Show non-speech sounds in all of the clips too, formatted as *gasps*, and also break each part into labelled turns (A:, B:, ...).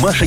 A: Маша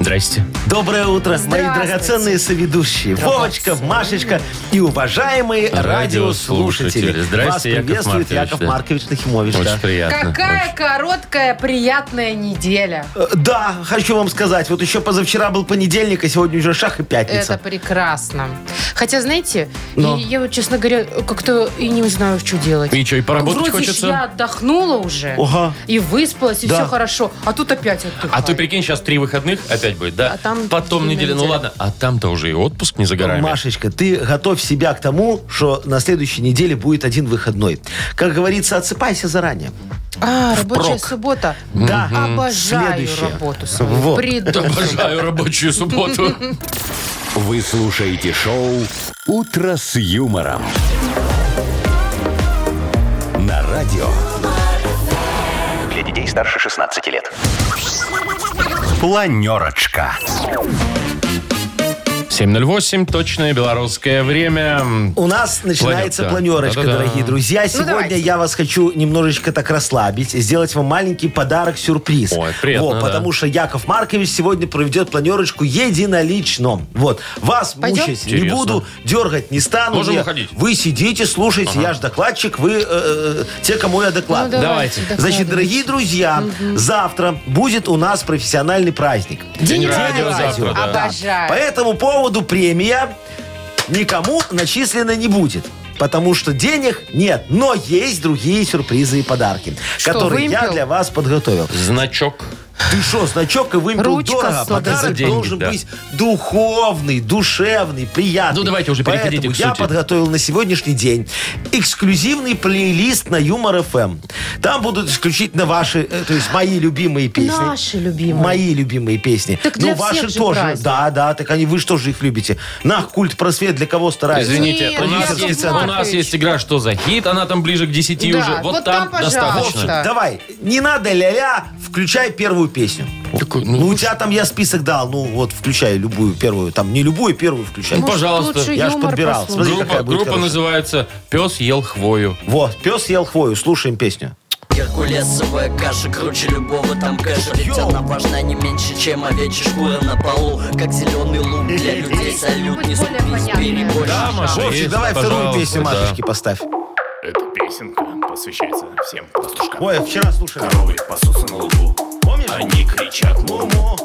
B: Здрасте.
C: Доброе утро, мои драгоценные соведущие. Вовочка, Машечка и уважаемые
B: Радиослушатели.
C: радиослушатели.
B: Здрасте,
C: Вас
B: Яков
C: приветствует
B: Маркович,
C: Яков
B: да.
C: Маркович Нахимович.
B: Очень
C: да.
B: приятно.
D: Какая короткая, приятная неделя.
C: Э, Да, хочу вам сказать, вот еще позавчера был понедельник, а сегодня уже шах и
D: Это
C: пятница.
D: прекрасно. Хотя, знаете,
C: Но.
D: и- я, вот, честно говоря, как-то и не знаю, что делать.
B: И чё, и поработать
D: Вроде ж
B: хочется?
D: я отдохнула уже.
C: Ага.
D: И выспалась, и
C: Да.
D: все хорошо. А тут опять отдыхаю.
B: А ты прикинь, сейчас три выходных опять будет, да?
D: А там
B: Потом
D: длинная
B: неделя. Ну
D: неделя.
B: ладно, а там-то уже и отпуск не за горами.
C: Машечка, ты готовь себя к тому, что на следующей неделе будет один выходной. Как говорится, отсыпайся заранее.
D: А, рабочая
B: впрок.
D: суббота.
C: Да.
D: Обожаю
C: Следующее.
D: работу свою.
C: Вот.
D: Приду.
B: *laughs*
D: Ну,
B: Обожаю рабочую
D: *laughs*
B: субботу.
A: Вы слушаете шоу «Утро с юмором». На радио. Для детей старше 16 лет. Планерочка.
B: 7.08, точное белорусское время.
C: У нас начинается
B: Планерка.
C: планерочка,
B: Да-да-да.
C: дорогие друзья. Сегодня
D: Ну, давайте.
C: я вас хочу немножечко так расслабить, сделать вам маленький подарок-сюрприз.
B: Ой, приятно,
C: Вот,
B: да.
C: Потому что Яков Маркович сегодня проведет планерочку единолично. Вот. Вас
D: Пойдем?
C: мучать не
B: Интересно.
C: буду, дергать не стану.
B: Можем
C: Я-
B: уходить.
C: Вы сидите, слушайте, я же докладчик, вы э, э, те, кому я доклад.
D: Ну,
B: Давайте.
C: Значит, дорогие друзья, завтра будет у нас профессиональный праздник.
B: День радио завтра,
D: А
B: да.
D: Обожаю.
C: По этому поводу премия никому начислена не будет. Потому что денег нет, но есть другие сюрпризы и подарки,
D: Что,
C: которые я
D: вымпел?
C: для вас подготовил.
B: Значок.
C: Ты что, значок и вымпел
D: Ручка
C: дорого? а
B: содой.
D: с
B: За
C: Подарок
B: деньги,
C: должен
B: да.
C: быть духовный, душевный, приятный.
B: Ну, давайте уже переходите
C: Поэтому
B: к
C: я
B: сути.
C: подготовил на сегодняшний день эксклюзивный плейлист на Юмор ФМ. Там будут исключительно ваши, э, то есть мои любимые песни.
D: Наши любимые.
C: Мои любимые песни.
D: Так
C: ну,
D: для всех
C: ваши
D: же
C: тоже.
D: праздник.
C: Да, да, так они, вы же тоже их любите. На, культ просвет для кого старается?
B: Извините,
D: Нет,
B: у нас
D: Яков
B: есть- у нас
D: Маркович.
B: есть игра «Что за хит?», она там ближе к 10
D: Да,
B: уже. Вот
D: вот
B: там
D: там, пожалуйста.
B: достаточно.
D: Да.
C: Давай, не надо ля-ля, включай первую песню.
B: Такой,
C: Ну,
B: ну,
C: у тебя там я список дал, ну вот включай любую первую, там не любую первую включай.
B: Ну, пожалуйста.
D: Лучше
C: Я ж
D: юмор
C: подбирал.
D: послушать.
C: смотри,
B: Группа
C: какая будет
B: группа
C: хорошая.
B: называется «Пес ел хвою».
C: Вот, пес ел хвою, слушаем песню.
E: Геркулесовая каша круче любого там кэша Ведь она важна не меньше, чем овечья шкура на полу Как зеленый лук для людей
D: если
E: салют
D: что-нибудь более
E: Не ступись,
D: понятное?
E: переборщи
B: Да, Маша,
C: Вовчик,
B: есть,
C: давай вторую
B: пожалуйста,
C: песню
B: да.
C: Машечке поставь.
F: Эта песенка посвящается всем пастушкам.
C: Ой, а вчера слушали.
F: Коровы пасутся на лугу.
C: Помнишь?
F: Они кричат му-му.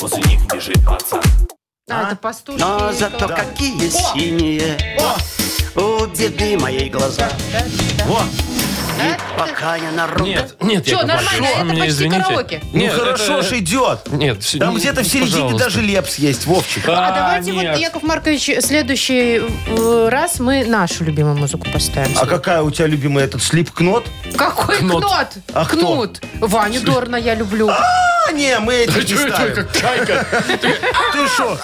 F: После них бежит пацан.
D: А, это пастушки. Но зато
G: Какие синие у беды моей глаза.
C: Вот.
G: Пока я на ру-
B: Нет, нет,
D: Чё,
B: Яков
D: нормально,
B: Маркович,
D: это
B: меня
D: почти
B: извините.
D: караоке.
C: Ну
B: Нет,
C: хорошо
B: это-
C: ж идет.
B: Нет, всё-
C: Там
B: не- ну,
C: где-то в середине
B: пожалуйста.
C: даже лепс есть, Вовчик.
D: А давайте
B: нет.
D: вот, Яков Маркович, следующий э, раз мы нашу любимую музыку поставим.
C: А какая у тебя любимая этот слипкнот?
D: Какой
B: Кнот.
D: кнот?
C: А кто?
D: Кнут. Ваню Дорна я люблю.
C: А, не, мы этих не
B: Чё это,
C: ставим.
B: как чайка?
C: Ты что?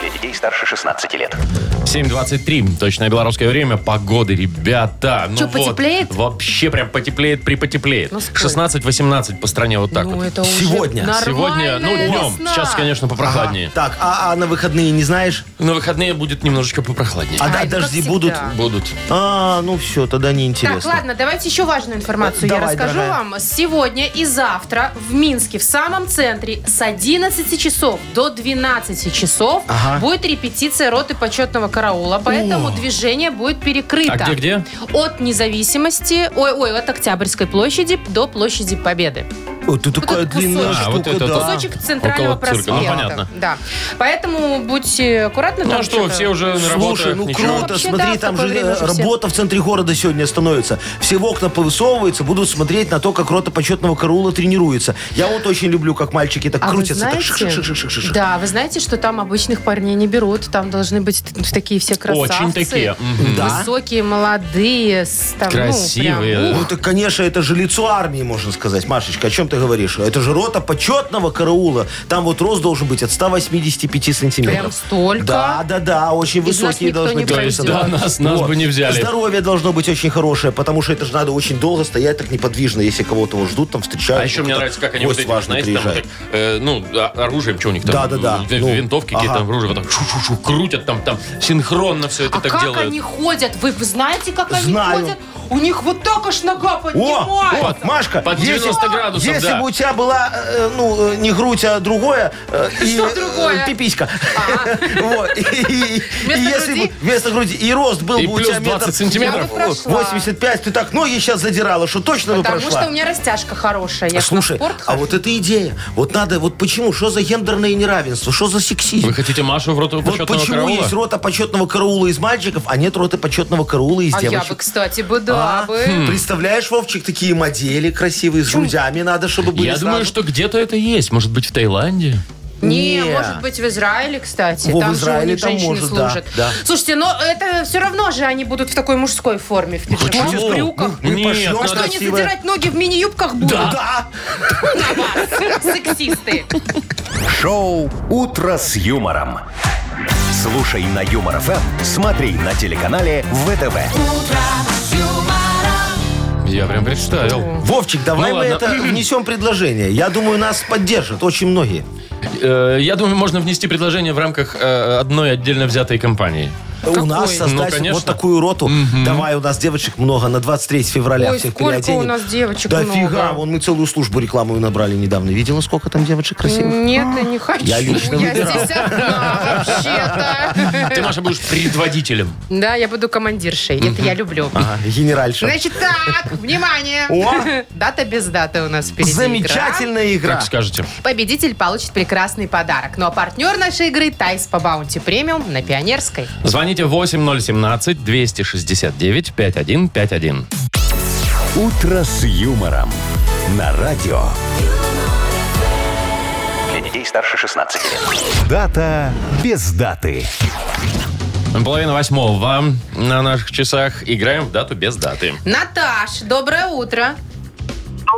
A: Для детей старше 16 лет.
B: 7.23. Точное белорусское время. Погоды, ребята. Ну
D: Чё,
B: вот,
D: потеплеет?
B: Вообще прям потеплеет, припотеплеет.
D: Ну, сколько?
B: 16-18 по стране вот так
D: Ну,
B: вот.
D: это уже
C: Сегодня.
B: Сегодня, ну,
D: нормальная
B: днем.
D: весна.
B: Сейчас, конечно, попрохладнее.
C: Ага, Так, а, а на выходные не знаешь?
B: На выходные будет немножечко попрохладнее.
C: А
D: Ай,
C: да,
D: ну, как
C: дожди
D: всегда.
C: будут?
B: Будут.
C: А, ну все, тогда
D: Так,
C: неинтересно.
D: ладно, давайте еще важную информацию я
C: Давай,
D: расскажу
C: дорогая.
D: вам. Сегодня и завтра в Минске в самом центре с 11 часов до 12 часов
C: Ага.
D: будет репетиция роты почетного караула, поэтому движение будет перекрыто.
B: А где-где?
D: От независимости, ой, ой, от Октябрьской площади до площади Победы.
C: Ой, ты такая
D: этот
C: длинная
D: кусочек.
B: А, вот
C: штука,
B: этот
C: да.
D: Кусочек центрального
B: Около цирка.
D: просвета.
B: Ну, понятно.
D: Да. Поэтому будьте аккуратны.
B: Ну
D: там
B: а что,
D: что-то-
B: все уже на
C: Слушай,
B: работах,
C: ну
B: ничего.
C: круто,
D: Вообще,
C: смотри,
D: да, в
C: там
D: такое
C: же
D: время
C: э,
D: уже все.
C: работа в центре города сегодня становится. Все в окна повысовываются, будут смотреть на то, как рота почетного караула тренируется. Я вот очень люблю, как мальчики так
D: А вы
C: крутятся. так
D: знаете-
C: шик-шик-шик-шик-шик.
D: Да, вы знаете, что там обычных парней не берут. Там должны быть т- такие все красавцы.
B: Очень такие. мгм.
C: Да.
D: Высокие, молодые, с- там, ну,
B: Красивые.
D: прям, ух,
C: Ну, так, конечно, это же лицо армии, можно сказать. Машечка, о чем ты говоришь? Это же рота почетного караула. Там вот рост должен быть от 185 сантиметров.
D: Прям столько?
C: Да, да, да, очень
D: Из нас
C: высокие
D: никто
C: должны
D: не
C: быть.
B: То есть,
D: Пройдет.
B: да, нас, нас
C: Вот.
B: бы не взяли.
C: Здоровье должно быть очень хорошее, потому что это же надо очень долго стоять так неподвижно, если кого-то вот ждут, там встречают.
B: А еще мне
C: кто-то
B: нравится, как они
C: гость
B: вот эти,
C: важный
B: знаете, там,
C: приезжает.
B: вот так, э, ну, а- оружием, что у них там?
C: Да-да-да.
B: в-
C: Ну,
B: Винтовки какие-то,
C: ага.
B: оружие, вот так шу-шу-шу, крутят там, там, синхронно все это
D: А
B: так
D: как
B: делают.
D: они ходят? Вы знаете, как
C: Знаю.
D: они ходят? У них вот так аж нога поднимается.
C: О, о, Машка,
B: Под
C: если-
B: 90 градусов,
C: если
B: да.
C: бы у тебя была, э, ну, э, не грудь, а другое, э, и,
D: *laughs* Что
C: э,
D: другое?
C: пиписька. *laughs* Вот, и- и- и
D: Вместо
C: если
D: груди?
C: бы- Вместо груди. И рост был
B: И
C: бы у тебя
B: плюс 20
C: метр...
B: сантиметров.
D: Я бы прошла.
C: 85, ты так ноги сейчас задирала, что точно бы
D: Потому
C: прошла.
D: что у меня растяжка хорошая. Я
C: А
D: ж на
C: Слушай,
D: спорт
C: а
D: хожу.
C: вот это идея. Вот надо, вот почему, что за гендерное неравенство, что за сексизм?
B: Вы хотите Машу в роту
C: Вот
B: почетного
C: почему
B: караула?
C: есть рота почетного караула из мальчиков, а нет роты почетного караула из
D: А я
C: девочек.
D: бы, кстати, бы,
C: А?
D: да, бы.
B: Хм.
C: Представляешь, Вовчик, такие модели красивые, с грудями надо, чтобы были
B: Я
C: сразу.
B: думаю, что где-то это есть. Может быть, в Таиланде?
D: Не,
C: Не.
D: может быть, в Израиле, кстати.
C: Во, в
D: там же у
C: Израиле
D: них
C: там
D: женщины
C: может, да,
D: служат.
C: да.
D: Слушайте, но это все равно же они будут в такой мужской форме, в пиджаках, в
B: почему?
D: брюках.
C: Мы
B: Нет,
C: пошлем
B: надо
D: Что, они
C: красивое.
D: задирать ноги в мини-юбках будут?
C: Ну, Да.
D: На вас, сексисты.
A: Шоу «Утро с юмором». Слушай на Юмор ФМ, смотри на телеканале ВТВ.
B: Я прям представил.
C: Вовчик, давай
B: Ну
C: мы
B: ладно.
C: это внесем предложение. Я думаю, нас поддержат очень многие.
B: Э, Я думаю, можно внести предложение в рамках э, одной отдельно взятой компании.
C: У нас
B: Ну,
C: создать
B: конечно.
C: вот такую роту. Давай, у нас девочек много, на 23 февраля
D: Ой,
C: всех
D: сколько
C: переоденем.
D: у нас девочек
C: да
D: много.
C: фига, вон мы целую службу рекламу набрали недавно. Видела, сколько там девочек красивых?
D: Нет, я не хочу.
C: Я лично
D: Я
C: выбирал.
D: здесь одна, вообще-то.
B: Ты, Маша, будешь предводителем.
D: Да, я буду командиршей. Это я люблю.
C: Ага, А, генеральша.
D: Значит так, внимание.
C: О!
D: Дата без даты у нас впереди. игра.
C: Замечательная игра.
B: Как скажете.
D: Победитель получит прекрасный подарок. Ну а партнер нашей игры Тайс по Баунти Премиум на Пионерской.
B: Звоните 8017-269-5151.
A: «Утро с юмором» на радио. Для детей старше 16 лет. Дата без даты.
B: Половина восьмого на наших часах. Играем в дату без даты.
D: Наташ, доброе утро.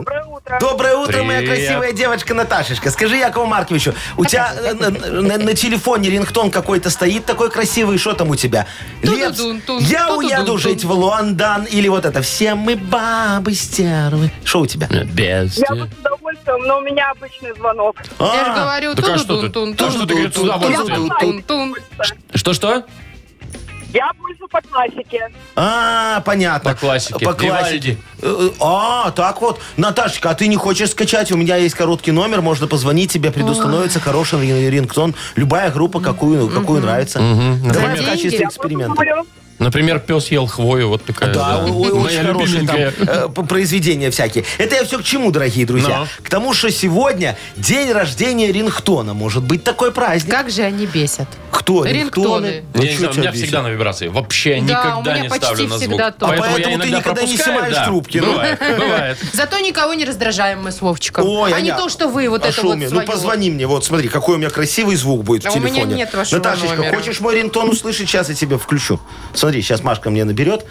H: Доброе утро.
C: Доброе утро, моя
B: Привет.
C: красивая девочка Наташечка. Скажи, Якову Марковичу, у тебя э, на, на- на телефоне рингтон какой-то стоит такой красивый, что там у тебя? Лепс,
D: Ту-ду-дун, тун,
C: я
D: ту-ду-дун,
C: уеду
D: тун».
C: жить в Лондон. Или вот это, все мы бабы стервы. Что у тебя?
B: Без.
H: Я бы с удовольствием, но у меня обычный звонок.
D: Я же говорю,
B: так а что ты?
D: тун-тун-тун-тун.
B: Да что ты, говорит, с удовольствием.
D: Тун-тун-тун.
B: Что-что?
H: Я больше по классике.
C: А, понятно.
B: По классике.
C: По классике. Э, э, А, так вот. Наташечка, а ты не хочешь скачать? У меня есть короткий номер, можно позвонить тебе, предустановится хороший рин- рингтон. Любая группа, какую, какую нравится. Давай в
D: Например?
C: качестве
D: Деньги.
C: эксперимента.
H: Говорю,
B: Например, пес ел хвою, вот такая.
C: Да,
B: да.
C: о- о-
B: Моя
C: очень хорошие там
B: любименькая.
C: э, п- произведения всякие. Это я все к чему, дорогие друзья?
B: Но.
C: К тому, что сегодня день рождения рингтона. Может быть такой праздник.
D: Как же они бесят.
C: Кто?
D: Рингтоны.
C: Рингтоны?
B: Я
C: Ну,
B: не
C: чё
B: знаю, у
C: тебя
B: меня
C: бесит?
B: всегда на вибрации. Вообще
D: Да, у
B: никогда
D: меня
B: не
D: почти
B: ставлю на звук.
D: всегда то.
B: Поэтому,
C: Поэтому
B: я
C: ты
B: иногда
C: никогда не
B: пропускаю,
C: снимаешь
B: да.
C: трубки, ну.
B: Бывает,
C: *laughs*
B: бывает.
D: Зато никого не раздражаем мы с Вовчиком.
C: Ой,
D: а не
C: Аня,
D: то, что вы вот
C: а
D: это
C: шо
D: вот
C: мне? Ну
D: свое.
C: позвони мне, вот смотри, какой у меня красивый звук будет
D: А
C: в
D: у меня
C: телефоне.
D: нет вашего
C: Наташечка,
D: номера.
C: хочешь мой рингтон услышать? Сейчас я тебе включу. Смотри, сейчас Машка мне наберет.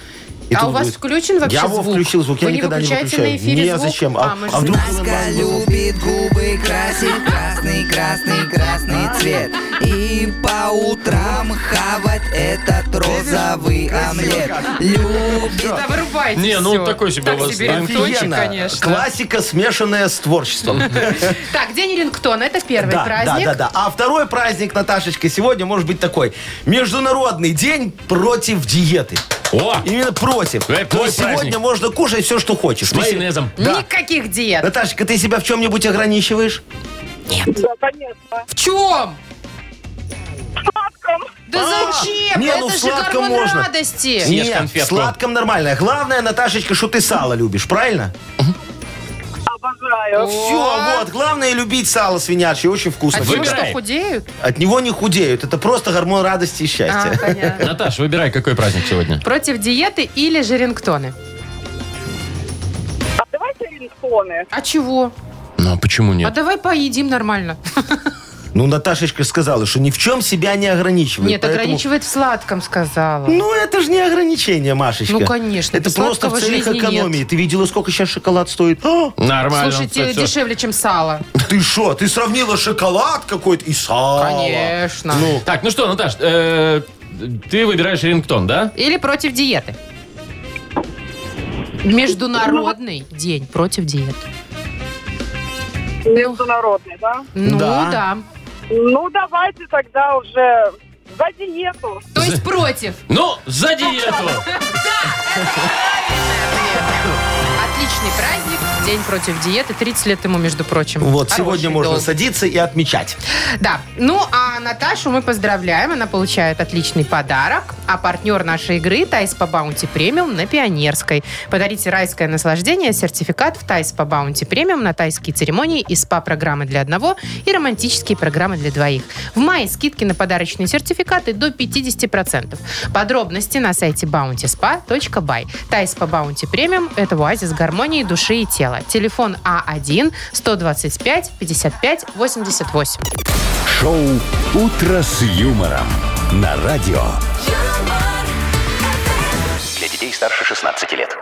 C: и
D: А
C: тут
D: у вас
C: будет-
D: включен вообще
C: Я его
D: звук?
C: включил звук,
D: Вы
C: я
D: не
C: никогда не
D: выключаете
C: выключаю.
D: на эфире
C: не,
D: звук?
C: зачем?
D: А,
C: А,
D: мы
C: а
D: же
C: вдруг...
I: Маска любит губы красить красный, красный, красный цвет. И по утрам хавать этот розовый омлет. Любит
D: Да вырубайте
B: Не, ну,
D: всё.
B: такой себе у
D: так
B: вас
D: себе
B: ранг.
D: рингтончик,
C: Офигенно.
D: конечно.
C: Классика, смешанная с творчеством.
D: Так, день рингтона, это первый
C: Да,
D: праздник.
C: да, да, да. А второй праздник, Наташечка, сегодня может быть такой. Международный день против диеты.
B: О!
C: Именно против.
B: Э,
C: То есть
B: твой праздник.
C: сегодня можно кушать все, что хочешь.
B: С майонезом.
C: Да.
D: Никаких диет.
C: Наташечка, ты себя в чем-нибудь ограничиваешь?
H: Да, конечно.
D: В чем?
H: Сладком.
D: Да
C: А,
D: зачем?
C: не, ну,
D: это
C: в
D: же
C: сладком
D: гормон
C: можно.
D: радости.
B: Съешь
C: Нет, в
B: конфетку.
C: сладком нормально. Главное, Наташечка, что ты сало любишь, правильно?
H: обожаю.
C: Все, вот. Главное любить сало свинячье. Очень вкусно.
D: А те,
B: Выбирай.
D: что худеют?
C: От него не худеют. Это просто гормон радости и
D: А,
C: счастья.
D: понятно.
B: Наташ, выбирай, какой праздник сегодня.
D: Против диеты или жерингтоны?
H: А давайте рингтоны.
D: А чего?
B: Ну, а почему
D: А давай поедим
C: *laughs*
D: нормально.
C: Ну, Наташечка сказала, что ни в чем себя не ограничивает.
D: Нет,
C: поэтому-
D: ограничивает в сладком, сказала.
C: Ну, это же не ограничение, Машечка.
D: Ну, конечно,
C: Это
D: без
C: просто в
D: сладкого
C: целях
D: жизни
C: экономии. Ты видела, сколько сейчас шоколад стоит? А,
B: Нормально.
D: Слушайте,
B: Всё, всё.
D: дешевле, чем сало.
C: ты что? Ты сравнила шоколад какой-то и сало.
D: Конечно.
C: Ну,
B: Так, ну что, Наташ, э, ты выбираешь рингтон, да?
D: Или против диеты. Международный день против диеты.
H: Международные, да?
D: Ну
C: Да.
D: да.
H: Ну, давайте тогда уже за диету.
D: То есть против.
B: Ну, за диету.
D: Отличный праздник. День против диеты. 30 лет ему, между прочим.
C: вот,
D: Хороший
C: сегодня можно
D: долг.
C: садиться и отмечать.
D: Да. Ну, а Наташу мы поздравляем. Она получает отличный подарок. А партнер нашей игры Тайс по Баунти Премиум на Пионерской. Подарите райское наслаждение, сертификат в Тайс по Баунти Премиум на тайские церемонии и СПА-программы для одного и романтические программы для двоих. В мае скидки на подарочные сертификаты до 50%. Подробности на сайте bountyspa.by. Тайс по Баунти Премиум – это оазис гармонии души и тела. Телефон А А1-125-55-88.
A: Шоу «Утро с юмором» на радио. Для детей старше 16 лет.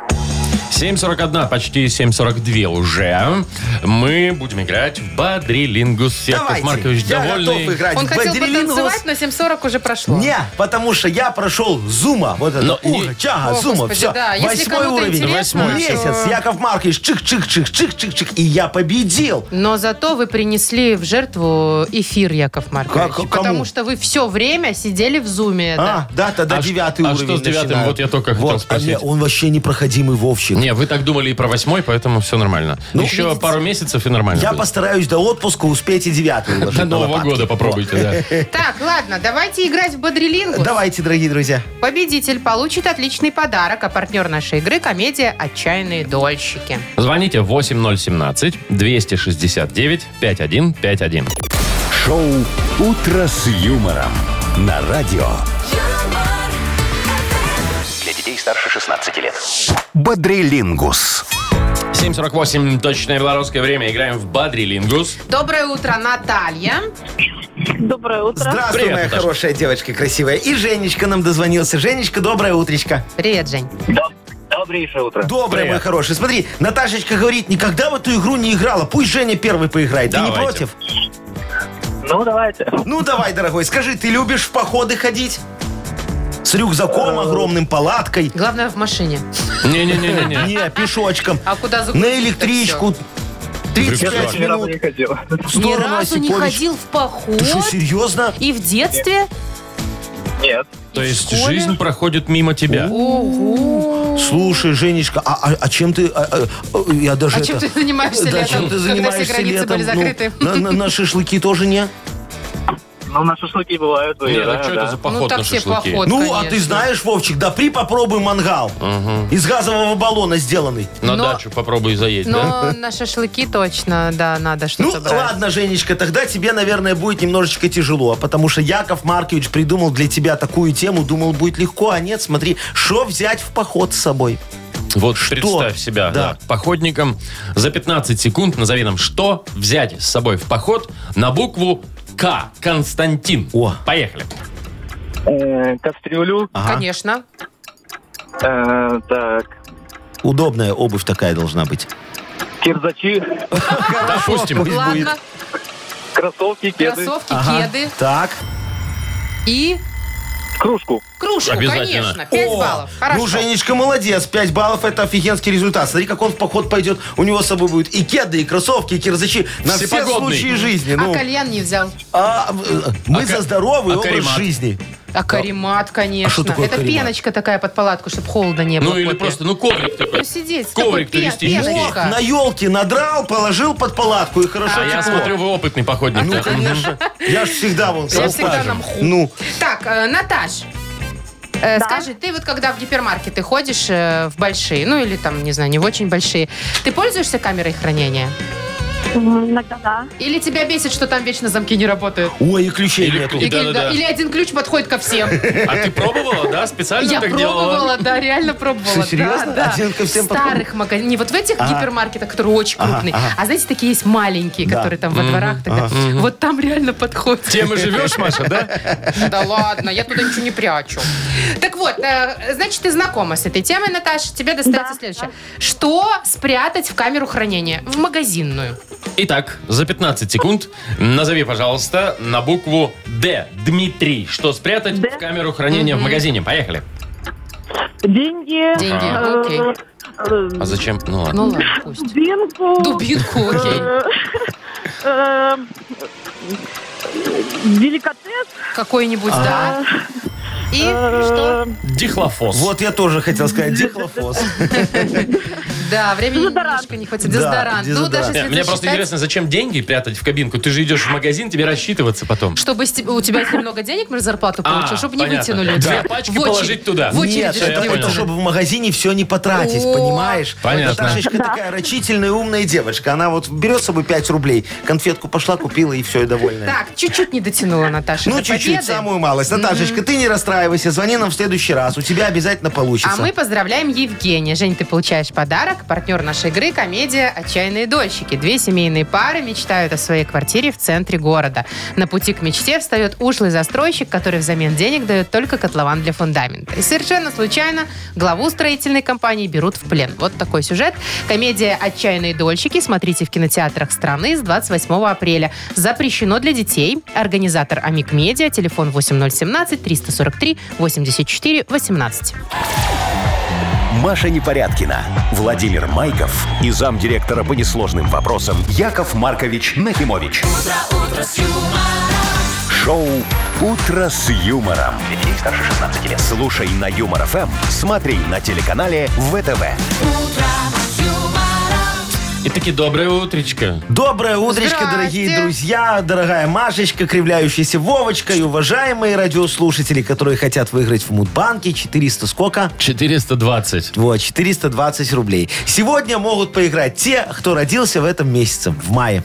B: 7.41, почти 7.42 уже. Мы будем играть в Бадрилингус. Яков
C: Давайте.
B: Маркович
C: я
B: довольный.
C: готов играть.
D: Он
C: в
D: хотел
C: Бодрилингус.
D: потанцевать, но 7.40 уже прошло.
C: Не, потому что я прошел зума. Вот это
B: Но не-
C: ура, чага,
D: О,
C: зума,
D: господи,
C: все.
D: да, если
C: Восьмой
D: кому-то
C: уровень.
D: интересно,
B: Восьмой.
C: месяц.
D: то-
C: Яков Маркович, чик-чик-чик-чик-чик-чик. И я победил.
D: Но зато вы принесли в жертву эфир, Яков Маркович.
C: Как- кому?
D: Потому что вы все время сидели в зуме.
C: А,
D: да.
C: да, тогда
B: А ш-
C: девятый
B: а
C: уровень.
B: что с девятым?
C: начинаю.
B: Вот я только хотел
C: Вот, а
B: спросить.
C: не, он вообще непроходимый Вовчик.
B: Не, вы так думали и про восьмой, поэтому все нормально.
C: Ну,
B: Еще
C: видите.
B: пару месяцев и нормально.
C: Я
B: будет.
C: постараюсь до отпуска успеть и
B: *laughs*
C: девятый уложить
B: До
C: на
B: Нового
C: лопатки.
B: года попробуйте,
C: А.
B: да.
D: Так, ладно, давайте играть в
C: Во.
D: Бодрилингус.
C: Давайте, дорогие друзья.
D: Победитель получит отличный подарок, а партнер нашей игры – комедия «Отчаянные дольщики».
B: Звоните 8017-269-5151.
A: Шоу «Утро с юмором» на радио. Для детей старше 16 лет. Бодрилингус.
B: 7.48, точное белорусское время. Играем в Бадрилингус.
D: Доброе утро, Наталья.
H: Доброе утро.
C: Здравствуй,
B: Привет,
C: моя
B: Наташа.
C: хорошая девочка красивая. И Женечка нам дозвонился. Женечка, доброе утречко.
D: Привет, Жень.
F: Добрейшее утро.
C: Доброе,
B: Привет.
C: мой хороший. Смотри, Наташечка говорит, никогда в эту игру не играла. Пусть Женя первый поиграет. Ты не
B: Давайте.
C: против?
F: Ну, давайте.
C: Ну, давай, дорогой, скажи, ты любишь в походы ходить? С рюкзаком, огромным палаткой.
D: Главное, в машине.
B: Не-не-не-не.
C: Не, пешочком.
D: А куда загрузить-то
C: На электричку. 35
B: рюкзак.
C: минут.
F: ходил. *laughs*
C: В
D: всё? Ни
C: сторону
D: разу не
C: Осипович.
D: ходил в поход.
C: Ты что, серьезно?
D: И в детстве?
F: Нет.
B: То есть
D: школе?
B: жизнь проходит мимо тебя.
D: Ого.
C: Слушай, Женечка, а, а- а чем ты... а- а- а, я даже
D: А чем
C: это-
D: ты занимаешься
C: Да,
D: летом,
C: чем ты
D: когда все
C: занимаешься
D: границы
C: летом?
D: были
C: Ну,
D: закрыты?
C: на, на- на шашлыки тоже не?
F: Ну, на шашлыки бывают,
B: Нет,
F: выезжаю,
B: а что
F: да.
B: это за
D: ну
B: поход
D: так
B: на
D: все
B: шашлыки?
D: поход,
C: ну, а
D: конечно.
C: ты знаешь, Вовчик, да при попробуй мангал. Из газового баллона сделанный.
B: На
D: Но-
B: дачу попробуй заесть, да?
D: Но на шашлыки точно, да, надо
C: Ну,
D: что-то брать.
C: ладно, Женечка, тогда тебе, наверное, будет немножечко тяжело, потому что Яков Маркович придумал для тебя такую тему, думал, будет легко, а нет, смотри, что взять в поход с собой?
B: Вот представь себя, да.
C: Да.
B: походником. За 15 секунд назови нам, что взять с собой в поход на букву К. Константин.
C: О.
B: Поехали.
F: Э, Кастрюлю.
C: Ага.
D: Конечно.
F: э, Так.
C: Удобная обувь такая должна быть.
F: Кирзачи.
B: Допустим.
C: Пусть будет.
D: Ладно,
F: Кроссовки, кеды.
D: кроссовки,
C: Ага,
D: кеды
C: Так.
D: и
F: Кружку.
D: кружку,
B: Обязательно.
D: конечно. 5
C: О,
D: баллов. Хорошо.
C: Ну, Женечка, молодец. 5 баллов это офигенский результат. Смотри, как он в поход пойдет. У него с собой будут и кеды, и кроссовки, и кирзачи. На все
B: Всепогодный.
C: случаи жизни.
D: А
C: Ну,
D: кальян не взял.
C: а, э, мы
B: А ка-
C: за здоровый
B: а
C: образ
B: каремат?
C: жизни.
D: А каремат, конечно.
C: что такое
D: Это
C: каремат?
D: пеночка такая под палатку, чтобы холодно не было.
B: Ну или
D: кофе.
B: просто, ну коврик такой.
D: Ну, сидеть.
B: Коврик
D: такой пе-
B: туристический.
D: пеночка.
C: На елке надрал, положил под палатку и хорошо
B: А я
C: тепло.
B: смотрю, вы опытный походник.
C: Ну,
B: да?
C: конечно. Я ж всегда вон
D: Я всегда
C: колпажем.
D: на мху.
C: Ну,
D: Так, э, Наташ, Э,
H: Да.
D: Скажи, ты вот когда в гипермаркеты ходишь э, в большие, ну или там, не знаю, не в очень большие, ты пользуешься камерой хранения?
H: М, Иногда да.
D: Или тебя бесит, что там вечно замки не работают?
C: Ой, и ключей
B: Или-
C: нету.
B: И да,
D: или,
B: да, да.
D: или один ключ подходит ко всем.
B: А ты пробовала, да? Специально
D: Я
B: так делала?
D: пробовала, да, реально пробовала.
C: Что,
D: да,
C: серьезно?
D: да.
C: Один ко всем
D: В старых магазинах, не вот в этих гипермаркетах, которые очень крупные, а знаете, такие есть маленькие,
C: Да.
D: которые там во дворах. тогда. Вот там реально подходит.
B: Тем и живешь, Маша, да?
D: *laughs* Да ладно, я туда ничего не прячу. Так вот, э, значит, ты знакома с этой темой, Наташа. Тебе достается следующее. Что спрятать в камеру хранения? В магазинную.
B: Итак, за 15 секунд назови, пожалуйста, на букву «Д». Дмитрий, что спрятать
H: «Д».
B: в камеру хранения в магазине? Поехали.
H: Деньги.
D: Деньги,
H: э,
D: окей.
H: э,
B: А зачем? Ну ладно.
D: Ну ладно, пусть.
H: Дубинку.
D: Дубинку,
H: *laughs*
D: окей.
H: э, э, Деликатес.
D: Какой-нибудь, да. И что?
H: э,
B: Дихлофос.
C: Вот я тоже хотел сказать, дихлофос.
D: Да, времени
H: Дезодорант.
D: немножко не хватит.
C: Да,
D: Дезодорант. Ну,
C: дезодорант.
D: даже если
B: Не, Э, Мне
D: это
B: просто
D: считать,
B: интересно, зачем деньги прятать в кабинку? Ты же идешь в магазин, тебе рассчитываться потом.
D: Чтобы с те- у тебя если много денег, мы зарплату
B: А,
D: получил, чтобы не
B: понятно.
D: вытянули. у
B: Две
D: тебя.
B: пачки
D: В очередь-
B: положить туда.
D: В очереди,
C: Нет,
D: чтобы
B: я
C: это,
D: не
B: понял.
C: это
D: вытянули.
C: чтобы в магазине все не потратить,
D: О,
C: понимаешь?
B: понятно.
C: Вот Наташечка такая рачительная, умная девочка. Она вот берет с собой 5 рублей, конфетку пошла, купила и все, и довольная.
D: Так, чуть-чуть не дотянула Наташа.
C: Ну,
D: до
C: чуть-чуть,
D: победы.
C: самую малость. Наташечка, ты не расстраивайся, звони нам в следующий раз. У тебя обязательно получится.
D: А мы поздравляем Евгения. Жень, ты получаешь подарок. Партнер нашей игры – комедия «Отчаянные дольщики». Две семейные пары мечтают о своей квартире в центре города. На пути к мечте встает ушлый застройщик, который взамен денег дает только котлован для фундамента. И совершенно случайно главу строительной компании берут в плен. Вот такой сюжет. Комедия «Отчаянные дольщики» смотрите в кинотеатрах страны с 28 апреля. Запрещено для детей. Организатор Амик Медиа, телефон 8017 343 84 18.
A: Маша Непорядкина, Владимир Майков и замдиректора по несложным вопросам Яков Маркович Нахимович. Шоу Утро с юмором. Для детей старше 16 лет. Слушай на юмор ФМ, смотри на телеканале ВТВ.
B: И таки доброе утречко.
C: Доброе утречко,
D: Здрасте.
C: дорогие друзья, дорогая Машечка, кривляющаяся Вовочка и уважаемые радиослушатели, которые хотят выиграть в Мудбанке 400 сколько?
B: 420.
C: Вот, 420 рублей. Сегодня могут поиграть те, кто родился в этом месяце, в мае.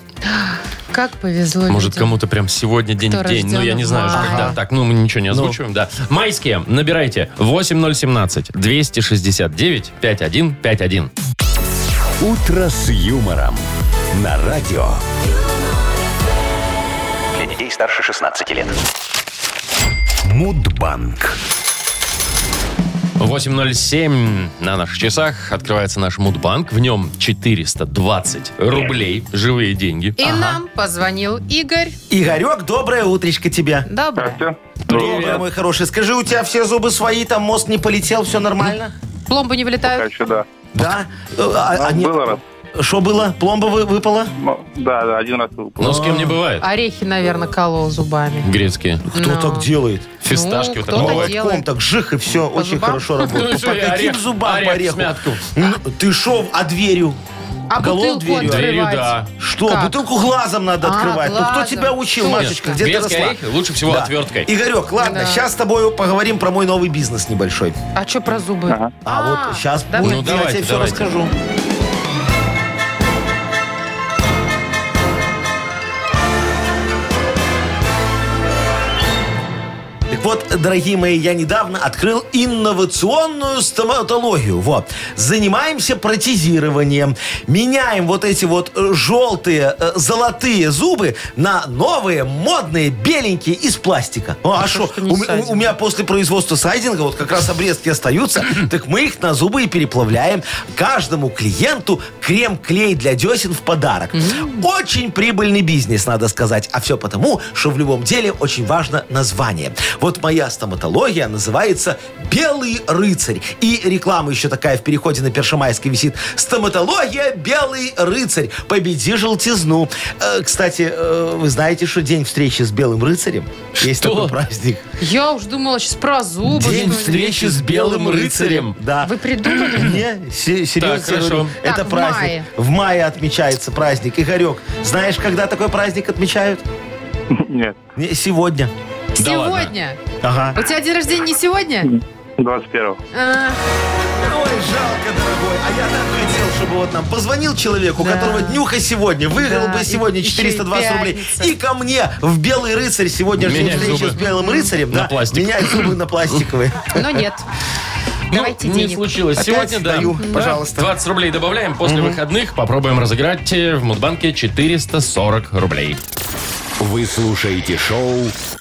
D: Как повезло.
B: Может,
D: людям.
B: кому-то прям сегодня день
D: Кто
B: в день. Ну, я
D: рожден
B: не
D: в
B: знаю, уже
D: мае.
B: когда. Так, ну, мы ничего не озвучиваем, да. Майские, набирайте 8017-269-5151.
A: Утро с юмором. На радио. Для детей старше 16 лет. Мудбанк.
B: 8.07 на наших часах открывается наш Мудбанк. В нем 420 рублей, живые деньги.
D: И нам позвонил Игорь.
C: Игорек, доброе утречко тебе.
D: Доброе.
C: Доброе, мой хороший. Скажи, у тебя все зубы свои, там мост не полетел, все нормально?
D: Пломбы не вылетают.
J: Еще А да.
C: Да? Ну, А- а не-
J: было раз.
C: Что было? Пломба вы- выпала?
J: Ну, да, да, один раз выпал.
B: Но ну, с кем не бывает.
D: Орехи, наверное, колол зубами.
B: Грецкие.
C: Кто
D: ну, а Ну.
C: так делает?
B: Фисташки вот
D: кто-то
B: это. бывает.
D: делает.
C: Молотком так жих и все, очень
B: *laughs*
D: зубам?
C: хорошо работает.
B: Ну и всё,
C: По
B: и
C: каким
B: орех-
C: зубам
B: орех
C: по
B: в
C: ореху?
B: смятку.
C: Ну, Ты шо, а дверью?
D: А
C: Колол
D: бутылку
C: дверью?
B: Дверью, да.
D: открывать.
C: Что,
D: Как?
C: бутылку глазом надо
D: А,
C: открывать? Ну кто
D: глазом.
C: тебя учил,
D: Точно.
C: Машечка? Где ты
B: Грецкие
C: росла?
B: орехи лучше всего
C: Да.
B: отверткой.
C: Игорек, ладно,
D: Да.
C: сейчас с тобой поговорим про мой новый бизнес небольшой.
D: А что про зубы?
C: А,
D: А,
C: вот сейчас
D: давай.
B: Ну,
C: будет, я
B: давайте,
C: тебе все
B: давайте.
C: расскажу. Так вот, дорогие мои, я недавно открыл инновационную стоматологию. Вот. Занимаемся протезированием. Меняем вот эти вот э, желтые, э, золотые зубы на новые, модные, беленькие из пластика. Ну, а что?
D: не
C: У, м-
D: сайдинг?
C: у меня после производства сайдинга вот как раз обрезки остаются, так мы их на зубы и переплавляем. Каждому клиенту крем-клей для десен в подарок. Очень прибыльный бизнес, надо сказать. А все потому, что в любом деле очень важно название. Вот моя стоматология называется «Белый рыцарь». И реклама еще такая в переходе на Першемайский висит. «Стоматология Белый рыцарь. Победи желтизну». Э, кстати, э, вы знаете, что день встречи с Белым рыцарем? Есть
B: Что?
C: такой праздник.
D: Я уж думала сейчас про зубы.
C: День
D: что-нибудь.
C: встречи с белым рыцарем. Да.
D: Вы придумали?
C: Не, се- серьезно.
B: Так, хорошо.
C: я говорю,
D: Так,
C: Это
D: в
C: праздник.
D: мае.
C: В мае отмечается праздник. Игорек, знаешь, когда такой праздник отмечают?
J: Нет.
C: Не, Сегодня.
D: Сегодня.
C: Ага.
D: У тебя день рождения не сегодня?
J: 21
D: А,
C: Ой, жалко, дорогой. А я так хотел, чтобы вот нам позвонил человеку,
D: Да.
C: которого днюха сегодня, выиграл
D: Да,
C: бы сегодня
D: и- еще и
C: 420 рублей.
D: пятница.
C: И ко мне в Белый рыцарь сегодня же
B: Менять
C: встреча
B: зубы
C: с Белым рыцарем.
B: на
C: да,
B: пластик.
C: Менять зубы на пластиковые.
D: Но нет. Давайте
B: ну, не
D: денег.
B: случилось.
C: Опять
B: Сегодня, да.
C: даю,
B: Да,
C: пожалуйста.
B: 20 рублей добавляем. После выходных попробуем разыграть э, в Мудбанке 440 рублей.
A: Вы слушаете шоу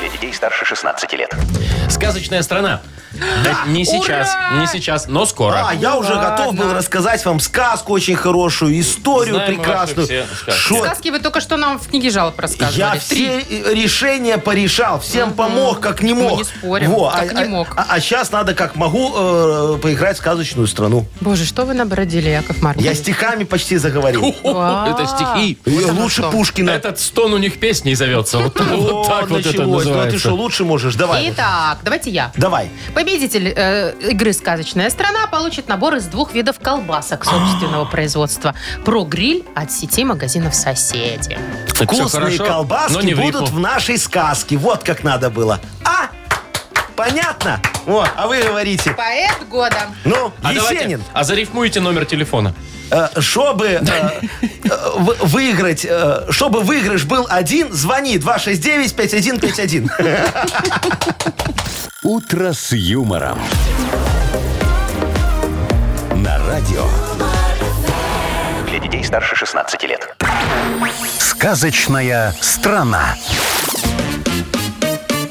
A: Для детей старше 16 лет.
B: Сказочная страна.
C: *gasps*
B: Да, Не сейчас, не сейчас, но скоро.
C: А, я уже готов был рассказать вам сказку очень хорошую, историю
B: Знаем мы ваши
C: прекрасную.
B: все сказки.
C: Шо-
D: Сказки вы только что нам в книге жалоб рассказывали.
C: Я
D: Три.
C: все э, решения порешал, всем помог, как не мог.
D: не спорим,
C: Во,
D: как
C: а-
D: не
C: а-
D: мог.
C: А, сейчас надо, как могу, э, поиграть в сказочную страну.
D: Боже, что вы набродили, Яков Маркович?
C: Я стихами
B: *laughs*
C: почти заговорил.
D: Вау.
B: Это стихи.
C: Э, лучше Пушкина.
B: Этот стон у них песней зовется. *laughs*
C: *laughs*
B: Вот,
C: О,
B: вот так вот это
C: началось. Ну, а ты что,
B: называется.
C: лучше можешь? Давай.
D: Итак, давайте я.
C: Давай.
D: Победитель э, игры «Сказочная страна» получит набор из двух видов
C: *gasps*
D: колбасок собственного производства. Про гриль от сети магазинов «Соседи».
B: Это всё
C: Вкусные
B: хорошо, но
C: колбаски
B: не в рифму.
C: будут в нашей сказке. Вот как надо было. А? Понятно? Вот, а вы говорите.
D: Поэт года.
C: Ну,
B: А давайте-
C: Есенин.
B: а зарифмуйте номер телефона.
C: Э, чтобы э, э, в- выиграть, э, чтобы выигрыш был один, звони
D: *laughs*
C: 269-5151.
A: «Утро с юмором». На радио. Для детей старше 16 лет. «Сказочная страна».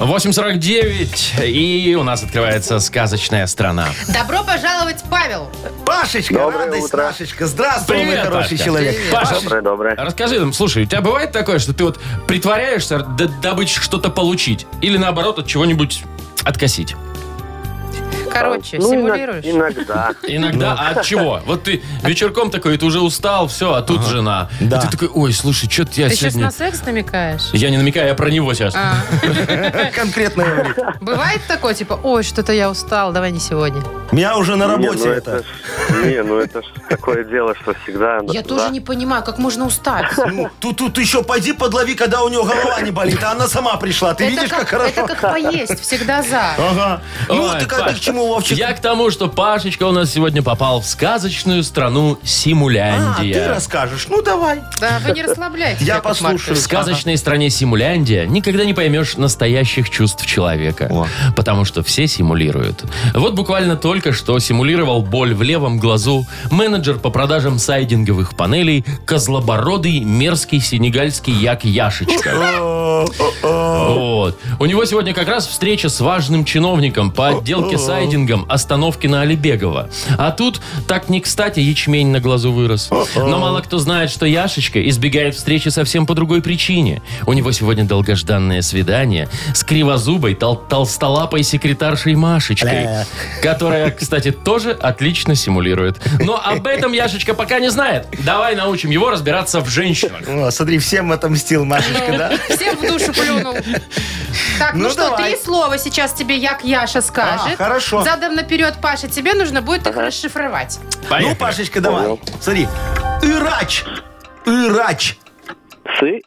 B: 8.49, и у нас открывается сказочная страна.
D: Добро пожаловать, Павел.
C: Пашечка,
J: Доброе
C: радость
J: утро.
C: Нашечка. Здравствуй, мой
B: Привет,
C: хороший
B: Пашка.
C: человек.
B: Паша,
J: Доброе, доброе.
B: расскажи нам, слушай, у тебя бывает такое, что ты вот притворяешься, д- дабы что-то получить? Или наоборот, от чего-нибудь откосить?
D: Короче,
J: Ну, иногда-
D: симулируешь.
J: Иногда.
B: Иногда,
C: Ну.
B: а от чего? Вот ты вечерком такой, и ты уже устал, все, а тут жена.
C: Да.
B: И ты такой, ой, слушай, что-то я
D: Ты сейчас
B: сегодня...
D: на секс намекаешь?
B: Я не намекаю, я про него сейчас.
D: А,
C: Конкретно говорит.
B: *laughs*
D: бывает такое, типа, ой, что-то я устал, давай не сегодня.
C: Меня уже на
K: Не, ну
C: работе
K: это
C: это.
K: ж, не, ну это ж такое дело, что всегда...
D: Я
K: да.
D: тоже не понимаю, как можно устать.
C: Ну, тут, тут еще пойди подлови, когда у нее голова не болит, а она сама пришла. Ты видишь, как, хорошо?
D: Это как поесть, всегда за.
C: Ага. Ну,
B: Ой,
C: ты как ты
B: Паш,
C: к чему, Вовчик?
B: Я к тому, что Пашечка у нас сегодня попал в сказочную страну
C: А,
B: Симуляндия.
C: ты расскажешь. Ну, давай.
D: Да, вы не расслабляйтесь.
C: Я
D: Яков Маркович.
C: послушаю.
B: В сказочной стране Симуляндия никогда не поймешь настоящих чувств человека. Потому что все симулируют. Вот буквально только что симулировал боль в левом глазу менеджер по продажам сайдинговых панелей козлобородый мерзкий сенегальский як Яшечка. Вот. У него сегодня как раз встреча с важным чиновником по отделке сайдингом остановки на Алибегова. А тут, так не кстати, ячмень на глазу вырос. Но мало кто знает, что Яшечка избегает встречи совсем по другой причине. У него сегодня долгожданное свидание с кривозубой, тол- толстолапой секретаршей Машечкой, которая, кстати, тоже отлично симулирует. Но об этом Яшечка пока не знает. Давай научим его разбираться в женщинах.
C: О, смотри, всем отомстил
D: *laughs*
C: Машечка, да?
D: Всем в душу плюнул. Так, ну,
C: Ну,
D: что,
C: давай.
D: три слова сейчас тебе Як Яша скажет.
C: А, хорошо.
D: Задом наперед, Паша, тебе нужно будет их расшифровать.
C: Ну,
B: Поехали.
C: Пашечка, давай. Смотри. Ирач. Ирач.
K: Сы,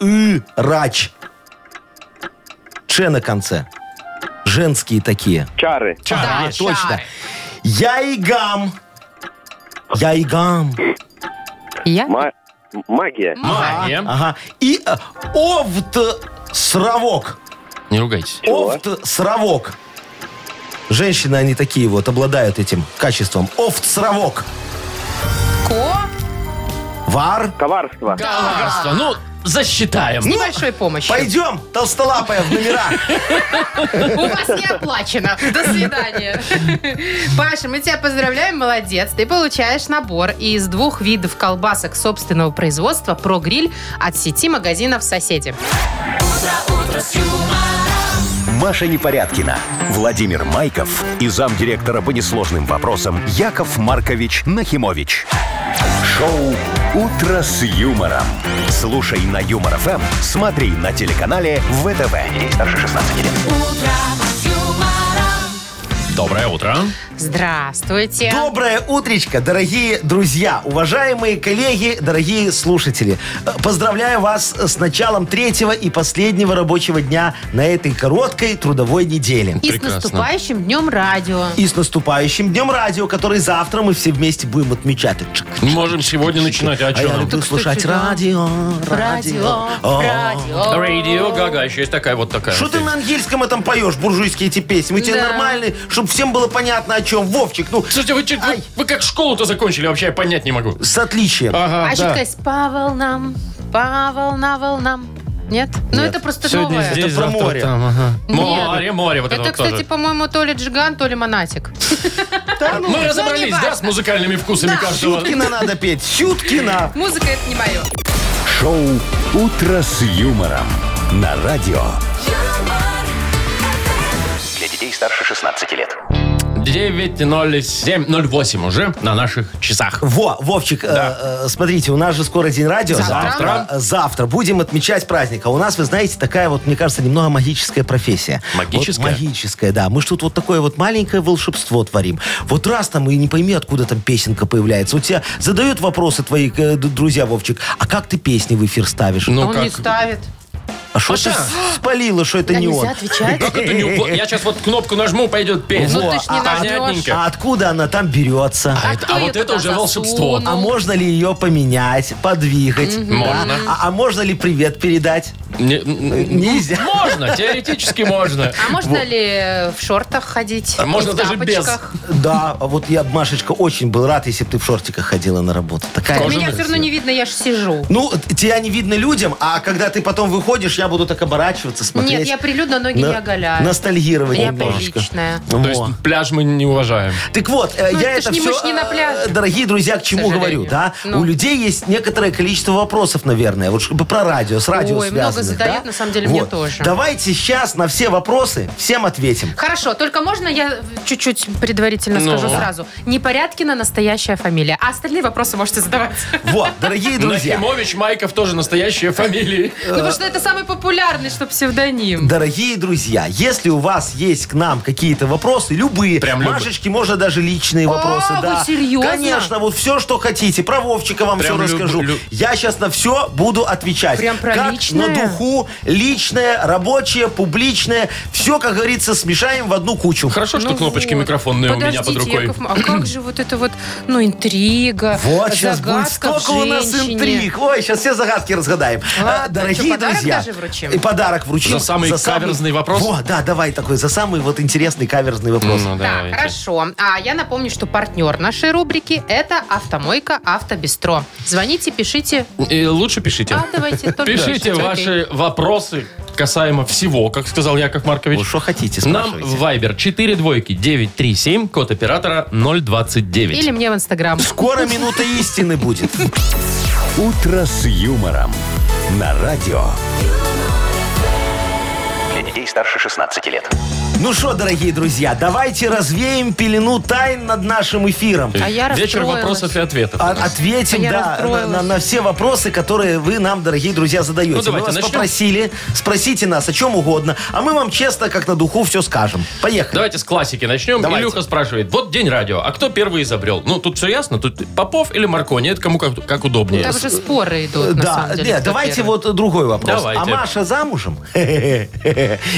C: Ирач. Че на конце. Женские такие.
K: чары,
C: Да,
D: Да,
C: А, точно. Яйгам. Яйгам.
D: Я?
K: ма- магия,
B: Магия.
C: Ага. И э, овт сравок.
B: Не ругайтесь.
C: Овт сравок. Женщины, они такие вот, обладают этим качеством. Овт сравок.
D: Ко
C: Вар.
K: коварство,
B: Коварство. Ну, засчитаем.
C: Ну,
D: с небольшой помощью.
C: Пойдем, толстолапая, в номера.
D: У вас не оплачено. До
C: *laughs*
D: свидания. Паша, мы тебя поздравляем, молодец. Ты получаешь набор из двух видов колбасок собственного производства про гриль от сети магазинов «Соседи».
A: Маша Непорядкина, Владимир Майков и замдиректора по несложным вопросам Яков Маркович Нахимович. Шоу «Утро с юмором». Слушай на Юмор ФМ, смотри на телеканале ВТВ. Ей старше 16 лет.
B: Доброе утро.
D: Здравствуйте.
C: Доброе утречко, дорогие друзья, уважаемые коллеги, дорогие слушатели. Э, Поздравляю вас с началом третьего и последнего рабочего дня на этой короткой трудовой неделе.
D: И
B: Прекрасно.
D: с наступающим днем радио.
C: И с наступающим Днем Радио, который завтра мы все вместе будем отмечать. Чик.
B: Можем сегодня начинать. А
C: А
B: что
C: я
B: нам?
C: люблю
D: Так, кстати,
C: слушать
D: да.
C: радио, радио. О.
D: радио.
B: Радио Гага еще есть такая вот такая.
C: Что
B: вот
C: ты
B: есть.
C: на ангельском этом поешь, буржуйские эти песни? Мы тебе
D: Да.
C: нормальные, чтобы всем было понятно, о чем. Вовчик, ну,
B: Слушайте, вы, чё- вы- вы как школу-то закончили, вообще я понять не могу.
C: с отличием.
B: Ага,
D: А что такое с по волнам, по волна волнам? Нет? Ну это просто
B: Сегодня
D: новое.
B: здесь,
C: Это про
B: завтра
C: море.
B: там, ага.
D: Нет.
B: Море, море, вот это,
D: Это,
B: вот
D: кстати,
B: тоже.
D: по-моему, то ли Джиган, то ли Монатик.
B: Мы
D: Ну,
B: разобрались, да, с музыкальными вкусами каждого?
C: Сюткина надо петь, Сюткина.
D: Музыка это не мое.
A: Шоу «Утро с юмором» на радио. Для детей старше 16 лет.
B: 9.07.08 уже на наших часах.
C: Во, Вовчик, э, э, смотрите, у нас же скоро День радио.
D: Завтра.
C: Э, завтра. Будем отмечать праздник. А у нас, вы знаете, такая вот, мне кажется, немного магическая профессия.
B: Магическая?
C: Вот магическая, да. Мы ж тут вот такое вот маленькое волшебство творим. Вот раз там, и не пойми, откуда там песенка появляется. У тебя задают вопросы твои э, д- друзья, Вовчик, а как ты песни в эфир ставишь?
B: Ну
D: Он не
B: как?
D: ставит.
C: а что ты
B: да.
C: спалила, что это
D: Да
C: не он?
D: нельзя
B: *laughs*
D: отвечать.
B: Как это не угла- Я сейчас вот кнопку нажму, пойдет песня.
D: Ну ты ж не
B: а,
D: нажмешь.
B: понятненько.
C: А откуда она там берется?
B: А,
D: А
B: это-
D: кто
B: а
D: её
B: вот это
D: туда
B: уже волшебство.
D: засунул?
C: А можно ли ее поменять, подвигать? Да.
B: Можно.
C: А- а можно ли привет передать?
B: Не- н- н-
C: Нельзя.
B: Можно, теоретически можно.
D: А можно ли в шортах ходить?
B: А можно
D: И в
B: даже без.
D: тапочках?
C: Да, а вот я, Машечка, очень был рад, если бы ты в шортиках ходила на работу. Такая
B: Кожаных.
D: Меня все равно не видно, я же сижу.
C: Ну, т- тебя не видно людям, а когда ты потом выходишь, я буду так оборачиваться, смотреть.
D: Нет, я прилюдно ноги
C: на-
D: не оголяю.
C: Ностальгировать
D: Я
C: немножечко.
D: приличная.
C: Во.
B: То есть пляж мы не уважаем.
C: Так вот, э,
D: Ну,
C: я
D: это
C: это
D: ж не-
C: все,
D: мы ж не на пляже.
C: дорогие друзья, к чему
D: сожалению.
C: говорю, да?
D: Ну.
C: У людей есть некоторое количество вопросов, наверное, вот чтобы про радио, с радио
D: Ой, много
C: связанных.
D: задают,
C: да?
D: на самом деле, мне
C: Вот.
D: тоже.
C: Давайте сейчас на все вопросы всем ответим.
D: Хорошо, только можно я чуть-чуть предварительно
C: Ну.
D: скажу сразу? Непорядкина настоящая фамилия, а остальные вопросы можете задавать.
C: Вот,
B: *laughs*
C: дорогие друзья.
B: Нахимович, Майков тоже настоящие фамилии.
D: Ну, потому что это самый популярный, что псевдоним.
C: Дорогие друзья, если у вас есть к нам какие-то вопросы, любые,
B: Прям любые.
C: Машечке можно даже личные вопросы.
D: А, вы
C: да.
D: серьезно?
C: Конечно, вот все, что хотите. Про Вовчика вам
B: Прям
C: все
B: люб-
C: расскажу.
B: лю-
C: Я сейчас на все буду отвечать.
D: Прям про
C: как
D: личное?
C: на духу, личное, рабочее, публичное. Все, как говорится, смешаем в одну кучу.
B: Хорошо, что
D: Ну
B: кнопочки
D: вот.
B: микрофонные у меня под
D: Подождите,
B: рукой.
D: Яков Ма- а как же вот это вот, ну, интрига,
C: Вот сейчас будет
D: загадка в
C: столько у нас
D: женщине?
C: интриг. Ой, сейчас все загадки разгадаем.
D: Ладно,
C: А, дорогие
D: что, подарок
C: друзья.
D: даже вручим?
C: И подарок вручим.
B: За самый каверзный вопрос?
C: Во, да, давай такой, за самый вот интересный каверзный вопрос.
B: Ну,
D: Так,
B: давайте.
D: хорошо. А я напомню, что партнер нашей рубрики – это «Автомойка Автобестро». Звоните, пишите.
B: И лучше пишите.
D: А, давайте, только пишите,
B: Пишите
D: окей.
B: ваши вопросы касаемо всего, как сказал Яков Маркович.
C: Ну, что хотите,
B: Нам
C: спрашивайте.
B: в Viber 4 двойки 937, код оператора 029.
D: Или мне в Инстаграм.
C: Скоро минута истины будет.
A: «Утро с юмором» на радио. Для детей старше 16 лет.
C: Ну что, дорогие друзья, давайте развеем пелену тайн над нашим эфиром.
D: А я
B: Вечер
D: расстроилась.
B: вопросов и ответов.
C: А- Ответим,
D: Я
C: да, на,
D: расстроилась.
C: на- на все вопросы, которые вы нам, дорогие друзья, задаете.
B: Ну, давайте
C: мы вас
B: начнем.
C: попросили, спросите нас о чем угодно, а мы вам честно, как на духу, все скажем. Поехали.
B: Давайте с классики начнем.
C: Давайте.
B: Илюха спрашивает, вот день радио, а кто первый изобрел? Ну, тут все ясно, тут Попов или Маркони, это кому как, как удобнее.
D: Там уже споры идут, на
C: Да,
D: самом деле,
C: нет,
D: кто
C: давайте
D: первый.
C: вот другой вопрос.
B: Давайте.
C: А Маша замужем? *laughs*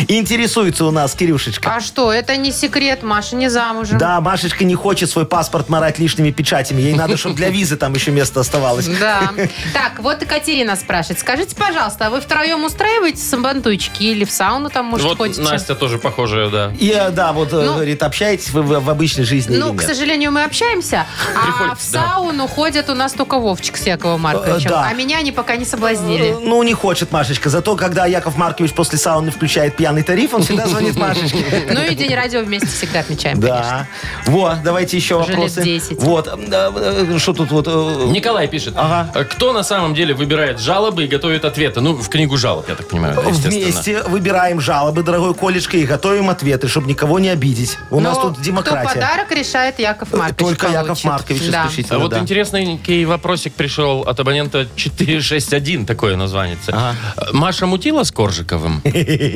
C: Интересуется у нас Кирюшечка.
D: А что, это не секрет, Маша не замужем.
C: Да, Машечка не хочет свой паспорт марать лишними печатями. Ей надо, чтобы
D: *laughs*
C: для визы там еще место оставалось.
D: Да. Так, вот Екатерина спрашивает. Скажите, пожалуйста, а вы втроем устраиваете самбантуйчики или в сауну там, может,
B: вот
D: ходите?
B: Настя тоже похожая, да.
C: И э, да, вот э,
D: Ну,
C: говорит, общаетесь вы в, в обычной жизни
D: Ну,
C: или
D: к
C: нет?
D: сожалению, мы общаемся, а в
B: Приходится, да.
D: сауну ходят у нас только Вовчик с Яковом Марковичем.
C: Э, да.
D: А меня они пока не
C: Э,
D: соблазнили.
C: Ну, не хочет Машечка. Зато, когда Яков Маркович после сауны включает пьяный тариф, он всегда
D: *laughs*
C: звонит Машечке.
D: Ну и День радио вместе всегда отмечаем, конечно.
C: *laughs* Да. Вот, давайте еще
D: Уже лет
C: вопросы.
D: 10.
C: Вот. э, э, Что тут вот... э,
B: Николай пишет, «Э,
C: Ага.
B: кто на самом деле выбирает жалобы и готовит ответы? Ну, в книгу жалоб, я так понимаю, да, естественно.
C: Вместе выбираем жалобы, дорогой Колечка, и готовим ответы, чтобы никого не обидеть. У нас
D: Но
C: тут
D: Ну, Кто
C: демократия. Э,
D: подарок решает Яков Маркович.
C: Только Яков
D: получит.
C: Маркович
D: Да.
B: А
C: исключительно.
B: вот
C: да.
B: интересненький вопросик пришел от абонента 461, такое название.
C: Ага.
B: Маша мутила с Коржиковым?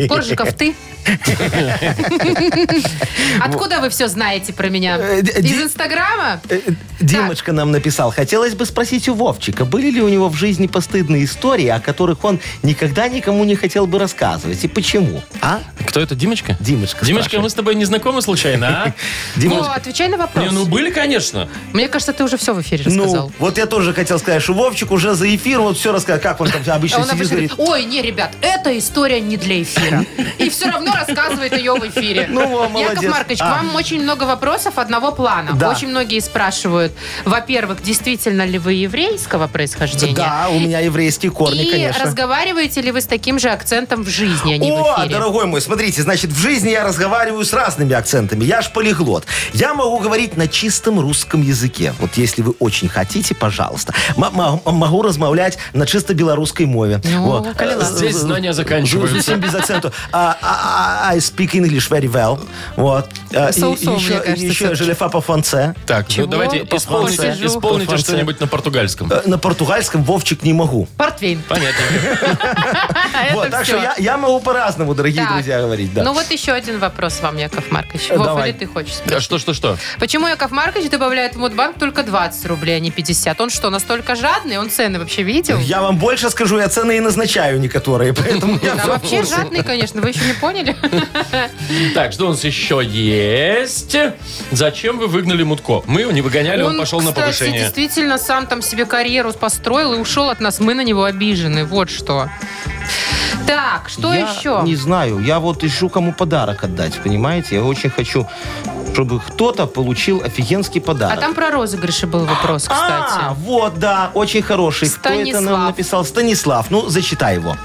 D: Коржиков,
C: *laughs*
D: ты? Откуда вы все знаете про меня?
C: Э, д-
D: Из
C: ди-
D: Инстаграма?
C: Э, э, Димочка нам написал, хотелось бы спросить у Вовчика, были ли у него в жизни постыдные истории, о которых он никогда никому не хотел бы рассказывать, и почему? А?
B: Кто это, Димочка?
C: Димочка
B: Димочка, мы с тобой не знакомы случайно,
C: Э,
B: а?
D: Ну, отвечай на
B: *laughs*
D: вопрос.
B: Не, ну были, конечно.
D: Мне кажется, ты уже все в эфире
C: Ну,
D: рассказал.
C: вот я тоже хотел сказать, что Вовчик уже за эфир, вот все рассказал, как он там
D: А
C: обычно
D: Он
C: сидит,
D: обычно
C: говорит,
D: говорит, ой, не, ребят, эта история не
C: *laughs*
D: для эфира. И все равно рассказывает ее в эфире.
C: Ну, во, молодец.
D: Яков Маркович, к
C: А.
D: вам очень много вопросов одного плана.
C: Да.
D: Очень многие спрашивают, во-первых, действительно ли вы еврейского происхождения?
C: да, у меня еврейские корни,
D: И
C: конечно.
D: разговариваете ли вы с таким же акцентом в жизни, а не в
C: О,
D: эфире?
C: дорогой мой, смотрите, значит, в жизни я разговариваю с разными акцентами. Я ж полиглот. Я могу говорить на чистом русском языке. Вот если вы очень хотите, пожалуйста. М- м- могу размовлять на чисто белорусской мове.
D: Ну,
C: Вот.
D: Калила.
B: Здесь знания заканчиваются.
C: Совсем без акцента. А, а, а, I speak English very well. Вот. А, и- и
D: So-so,
C: еще-
D: мне кажется,
C: и еще
D: всё-таки.
C: je le fais по франце.
B: Так, ну
D: Чего?
B: давайте
D: По
B: исполните,
D: французу.
B: исполните
C: По французу.
B: что-нибудь на португальском.
C: Э, На португальском Вовчик не могу.
D: Портвейн.
B: Понятно.
D: *laughs* Это
C: вот, так
D: всё.
C: что я, я могу по-разному, дорогие
D: Так.
C: друзья, говорить. Да.
D: Ну вот еще один вопрос вам, Яков Маркович.
C: Э,
D: Вов,
C: давай.
D: или ты хочешь спросить?
B: А Что, что, что?
D: Почему Яков Маркович добавляет в Мудбанк только 20 рублей, а не 50? Он что, настолько жадный? Он цены вообще видел?
C: Я вам больше скажу, я цены и назначаю некоторые, поэтому я
D: Да,
C: всё в
D: вообще
C: курсе.
D: жадный, конечно, вы еще не поняли?
B: Так, что у нас еще есть? Зачем вы выгнали Мутко? Мы его не выгоняли, он, пошел на
D: кстати,
B: повышение.
D: действительно сам там себе карьеру построил и ушел от нас. Мы на него обижены, вот что. Так, что
C: я
D: еще?
C: Не знаю. Я вот ищу кому подарок отдать, понимаете? Я очень хочу, чтобы кто-то получил офигенский
D: А
C: подарок.
D: там про розыгрыши был вопрос,
C: А,
D: кстати.
C: вот, да, очень хороший. Кто это
D: Станислав.
C: нам написал? Станислав. Ну, зачитай его.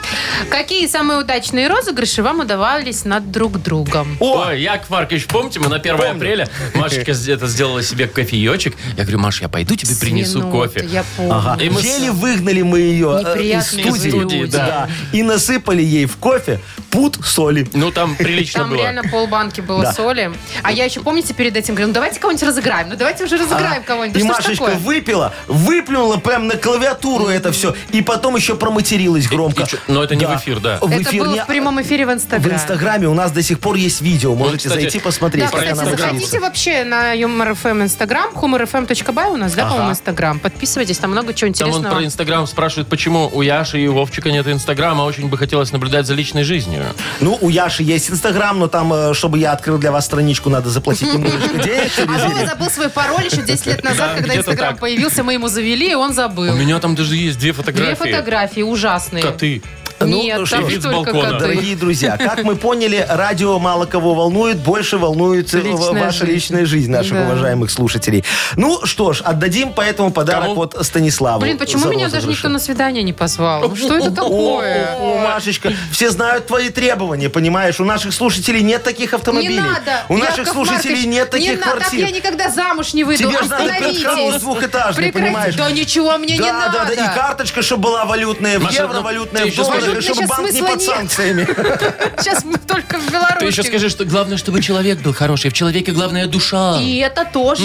D: Какие самые удачные розыгрыши вам удавались над друг другом?
C: О,
B: Ой, Яков Маркович, помните, мы на 1 апреля Машечка где-то сделала себе кофеечек. Я говорю, Маш, я пойду тебе принесу
D: Свинут,
B: кофе.
D: Я помню.
C: Ага.
B: И мы с-
C: Еле выгнали мы ее э, из
D: Неприятные
C: студии.
D: люди.
C: И насыпали засыпали ей в кофе пуд соли.
B: Ну, там прилично
D: Там реально полбанки было
C: Да.
D: соли. А я еще, помните, перед этим говорила, ну давайте кого-нибудь разыграем. Ну давайте уже разыграем кого-нибудь.
C: А, И
D: Да что ж
C: Машечка
D: такое?
C: выпила, выплюнула прям на клавиатуру это все, и потом еще проматерилась громко.
B: И чё- Но это не в эфир, да.
C: В
D: Это
C: эфир
D: было
C: не-
D: в прямом эфире в
C: В
D: Инстаграме.
C: Инстаграме у нас до сих пор есть видео, можете
B: Ну, кстати,
C: зайти посмотреть,
D: Да,
C: как
D: кстати,
C: она матерится.
D: заходите вообще на Юмор ФМ Инстаграм, humorfm.by у нас, да,
C: Ага.
D: по-моему, Инстаграм. Подписывайтесь, там много чего
B: Там он
D: интересного.
B: про Инстаграм спрашивает, почему у Яши и у Вовчика нет Инстаграма. Очень бы хотелось наблюдать за личной жизнью.
C: Ну, у Яши есть Инстаграм, но там, э, чтобы я открыл для вас страничку, надо заплатить немножечко денег.
D: А
C: через
D: Вова
C: день.
D: забыл свой пароль еще 10 лет назад,
B: Да,
D: когда
B: где-то
D: Инстаграм
B: так.
D: появился, мы ему завели, и он
B: У
D: забыл.
B: меня там даже есть две
D: Две
B: фотографии.
D: фотографии ужасные.
B: Коты.
C: Ну,
D: Нет,
C: что
D: там
B: ж,
D: же
B: вид с
D: только
B: балкона.
D: коты.
C: Дорогие друзья, как мы поняли, радио мало кого волнует, больше волнует э,
D: Личная
C: ваша
D: жизнь.
C: личная жизнь наших
D: Да.
C: уважаемых слушателей. Ну что ж, отдадим поэтому подарок
B: Кому?
C: вот Станиславу.
D: Блин, почему
C: за
D: меня даже
C: розыгрыш.
D: никто на свидание не позвал? Ну что это такое?
C: О, Машечка, все знают твои требования, понимаешь? У наших слушателей нет таких автомобилей.
D: Не надо.
C: У
D: Яков
C: наших слушателей
D: Маркович,
C: нет таких
D: не надо,
C: квартир.
D: Так я никогда замуж не выйду.
C: Тебе же надо пентхаус
D: Остановитесь.
C: двухэтажный, понимаешь?
D: Да ничего мне не
C: да,
D: надо.
C: да, да, и карточка, чтобы была валютная, в
B: Маша,
C: евро
B: ну,
C: валютная,
B: ты
C: в
B: еще
C: долларах, и
D: скажи.
C: чтобы
D: Валютной
C: банк не под
D: сейчас смысла нет.
C: санкциями.
D: Сейчас мы только в
B: Ты
D: Беларуси.
B: еще скажи, что главное, чтобы человек был хороший. В человеке главное душа.
D: И это тоже.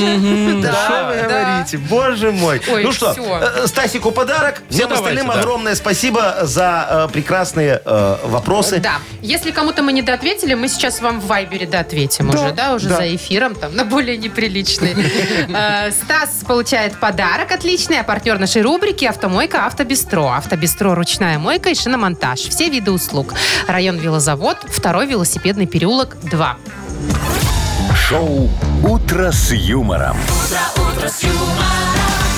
D: Да,
C: Что вы
D: *laughs* да.
C: говорите? Боже мой.
D: Ой,
C: ну что,
D: всё.
C: э, Стасику подарок. Всем
B: Ну, давайте,
C: остальным
B: да.
C: огромное спасибо за э, прекрасные э, вопросы.
D: Да. Если кому-то мы не доответили, мы сейчас вам в Вайбере доответим уже, да, уже
C: да.
D: за эфиром, там, на
C: *laughs*
D: более неприличный. Э, Стас получает подарок отличный, а партнер нашей рубрики «Автомойка Автобестро». Автобестро – ручная мойка и шиномонтаж. Все виды услуг. Район Велозавод, второй велосипедный переулок, 2.
A: Шоу «Утро с юмором».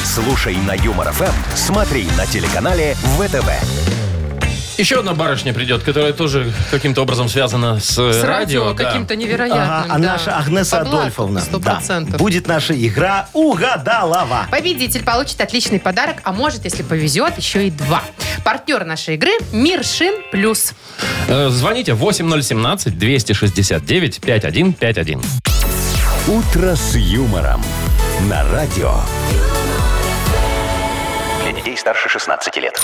A: Слушай на Юмор ФМ, смотри на телеканале ВТВ.
B: Еще одна барышня придет, которая тоже каким-то образом связана с, э,
D: С радио,
B: да.
D: каким-то невероятным.
C: Ага, а
D: да.
C: наша Агнеса
D: Подлавка,
C: Адольфовна
D: Сто
C: да,
D: процентов.
C: будет наша игра «Угадалова».
D: Победитель получит отличный подарок, а может, если повезет, еще и два. Партнер нашей игры – Мир Шин Плюс.
B: Э, Звоните 8017-269-5151.
A: «Утро с юмором» на радио.
F: Для детей старше 16 лет.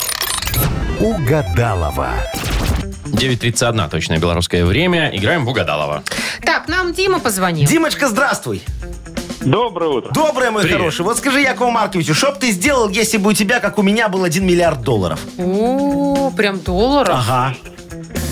A: Угадалова.
B: 9.31 точное белорусское время. Играем в Угадалова.
D: Так, нам Дима позвонил.
C: Димочка, здравствуй.
J: Доброе утро.
C: Доброе, мой хороший. Вот скажи, Якову Марковичу, что б ты сделал, если бы у тебя, как у меня, был 1 миллиард долларов?
D: О, прям долларов.
C: Ага.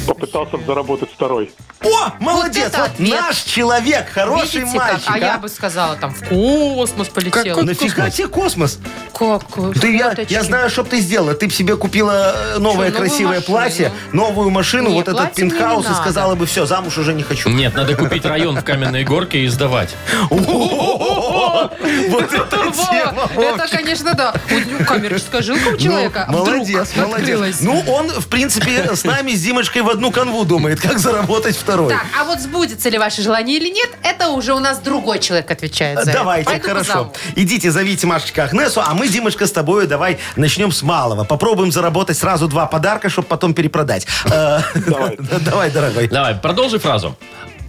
J: Попытался заработать второй.
C: О, молодец!
D: это
C: Вот
D: ответ.
C: наш человек, хороший
D: Видите, как?
C: мальчик.
D: А я
C: а?
D: бы сказала, там в космос полетел.
C: Нафига тебе космос?
D: Как?
C: Ты, я,
D: Фоточки.
C: я знаю, что бы ты сделала. Ты бы себе купила э, новое
D: Что, новую
C: красивое
D: машину?
C: платье, новую машину,
D: Не,
C: вот этот
D: платье мне не
C: пентхаус, и
D: надо.
C: сказала бы, все, замуж уже не
D: *laughs*
C: хочу.
B: Нет, надо купить район в Каменной Горке и сдавать.
C: О, *laughs* Вот это тема,
D: Вова, это,
C: Вовчик.
D: конечно, да. Вот, ну, Коммерческая жилка у
C: Ну,
D: человека А вдруг
C: молодец,
D: *laughs*
C: молодец.
D: открылась.
C: Ну, он, в принципе, с нами, с Димочкой, в одну канву думает, как заработать второй.
D: Так, а вот сбудется ли ваше желание или нет, это уже у нас другой человек отвечает за это.
C: Давайте,
D: Пойду
C: хорошо.
D: позову.
C: Идите, зовите Машечка Агнесу, а мы, Димочка, с тобой давай начнем с малого. Попробуем заработать сразу два подарка, чтобы потом перепродать. Э, *laughs*
J: Давай.
C: Давай, дорогой.
B: Давай, продолжи фразу.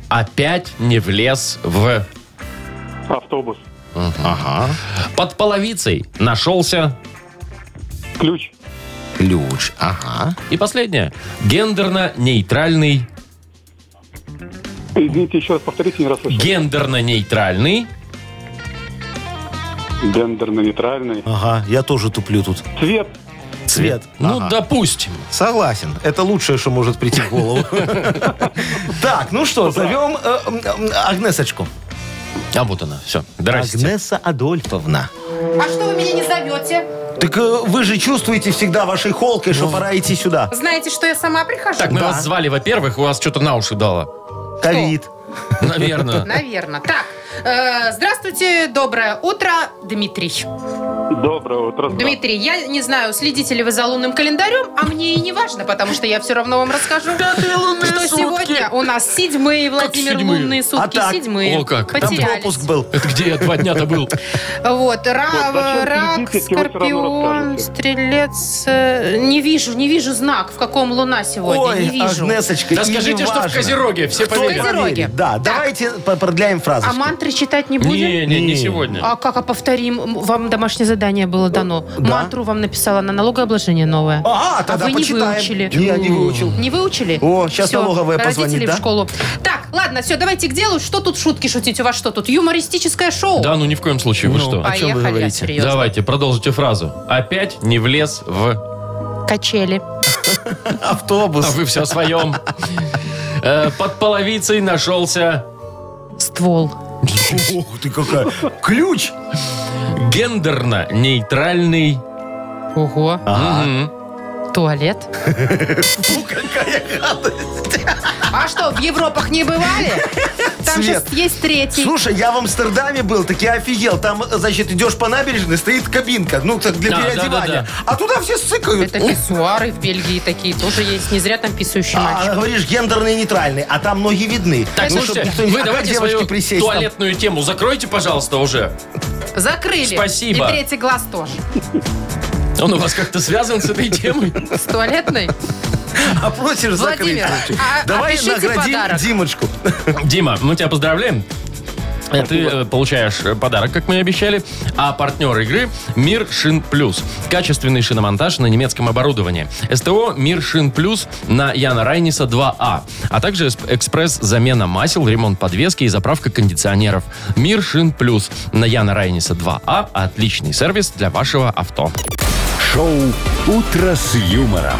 B: Опять не влез в...
J: Автобус.
B: Ага. Под половицей нашелся...
J: Ключ.
C: Ключ. Ага.
B: И последнее. Гендерно-нейтральный...
J: Извините, еще раз повторите, не расслышал.
B: Гендерно-нейтральный...
J: Гендерно-нейтральный.
C: Ага, я тоже туплю тут.
J: Цвет.
C: Цвет.
B: Ну, допустим.
C: Согласен. Это лучшее, что может прийти в голову. *laughs* Так, ну что, зовем э, м, Агнесочку.
B: А вот она, все. Здрасте.
C: Агнеса Адольфовна.
D: А что вы меня не зовете?
C: Так э, вы же чувствуете всегда вашей холкой,
D: Ну,
C: что пора идти сюда.
D: Знаете, что я сама прихожу?
B: Так, мы
C: Да.
B: вас звали, во-первых, у вас что-то на уши дало.
C: Ковид.
B: Наверное.
D: Наверное. Так, э, здравствуйте, доброе утро, Дмитрий.
J: Доброе утро.
D: Дмитрий, я не знаю, следите ли вы за лунным календарем, а мне и не важно, потому что я все равно вам расскажу, что сегодня у нас седьмые, Владимир,
B: седьмые?
D: лунные сутки
C: так?
D: седьмые.
B: О, как. Там
C: Там
D: Потерялись.
C: пропуск был.
B: Это где я два дня-то был?
D: Вот, ра- рак,
J: Вот, зачем следите, если вы всё равно
D: скорпион,
J: расскажете?
D: стрелец. э, Не вижу, не вижу знак, в каком луна сегодня, не
C: Ой,
D: вижу.
C: Агнесочка,
B: Да
C: и не
B: скажите, что в
C: важно.
B: Козероге, все
C: Кто
B: поверят.
D: Козероге.
C: поверит? Да,
D: Так.
C: давайте по- продляем фразу.
D: А мантры читать не будем?
B: Не, не, не
C: Не.
B: сегодня.
D: А как, а повторим? Вам домашнее задание было дано. Мантру вам написала на налогообложение новое.
C: Э, Ага, тогда
D: а вы
C: почитаем.
D: не выучили.
C: Я не выучил.
D: Не выучили?
C: О, щас
D: Всё,
C: налоговая
D: родители
C: позвонит, да?
D: в школу. Так, ладно, все, давайте к делу. Что тут шутки шутить? У вас что тут? Юмористическое шоу.
B: Да, ну ни в коем случае, вы что?
D: поехали, серьезно.
B: Давайте, продолжите фразу. Опять не влез в...
D: Качели.
C: Автобус.
B: А вы все о своем. Э, Под половицей нашелся
D: Ствол.
C: Ух ты какая. Ключ.
B: гендерно-нейтральный...
D: Ого.
C: А.
B: Мгм.
D: Туалет.
C: Фу, какая гадость.
D: А что, в Европах
C: *laughs*
D: не бывали? Там же
C: Цвет.
D: есть третий.
C: Слушай, я в Амстердаме был, так я офигел. Там, значит, идешь по набережной, стоит кабинка, ну, так для
B: Да, да, да,
C: переодевания. А туда все сыкают.
D: Это писсуары в Бельгии такие тоже есть. Не зря там писающий
C: ну. А,
D: мальчик.
C: она, говоришь, гендерный нейтральный, а там ноги видны.
B: Так,
C: Ну,
B: слушайте,
C: чтоб никто не-
B: вы
C: а как
B: давайте
C: девочке
B: свою
C: присесть там?
B: туалетную тему закройте, пожалуйста, уже.
D: Закрыли.
B: Спасибо.
D: И третий глаз тоже.
B: Он у вас как-то связан с этой темой?
D: С туалетной?
C: А просишь закрыть.
D: Владимир,
C: лучше.
D: а-
C: Давай
D: опишите
C: наградим
D: подарок.
C: Димочку.
B: Дима, мы тебя поздравляем. Э, Ты э, получаешь э, подарок, как мы и обещали, а партнер игры «Мир Шин Плюс». Качественный шиномонтаж на немецком оборудовании. СТО «Мир Шин Плюс» на Яна Райниса 2А, а также эсп- экспресс-замена масел, ремонт подвески и заправка кондиционеров. «Мир Шин Плюс» на Яна Райниса 2А – отличный сервис для вашего авто.
A: Шоу «Утро с юмором»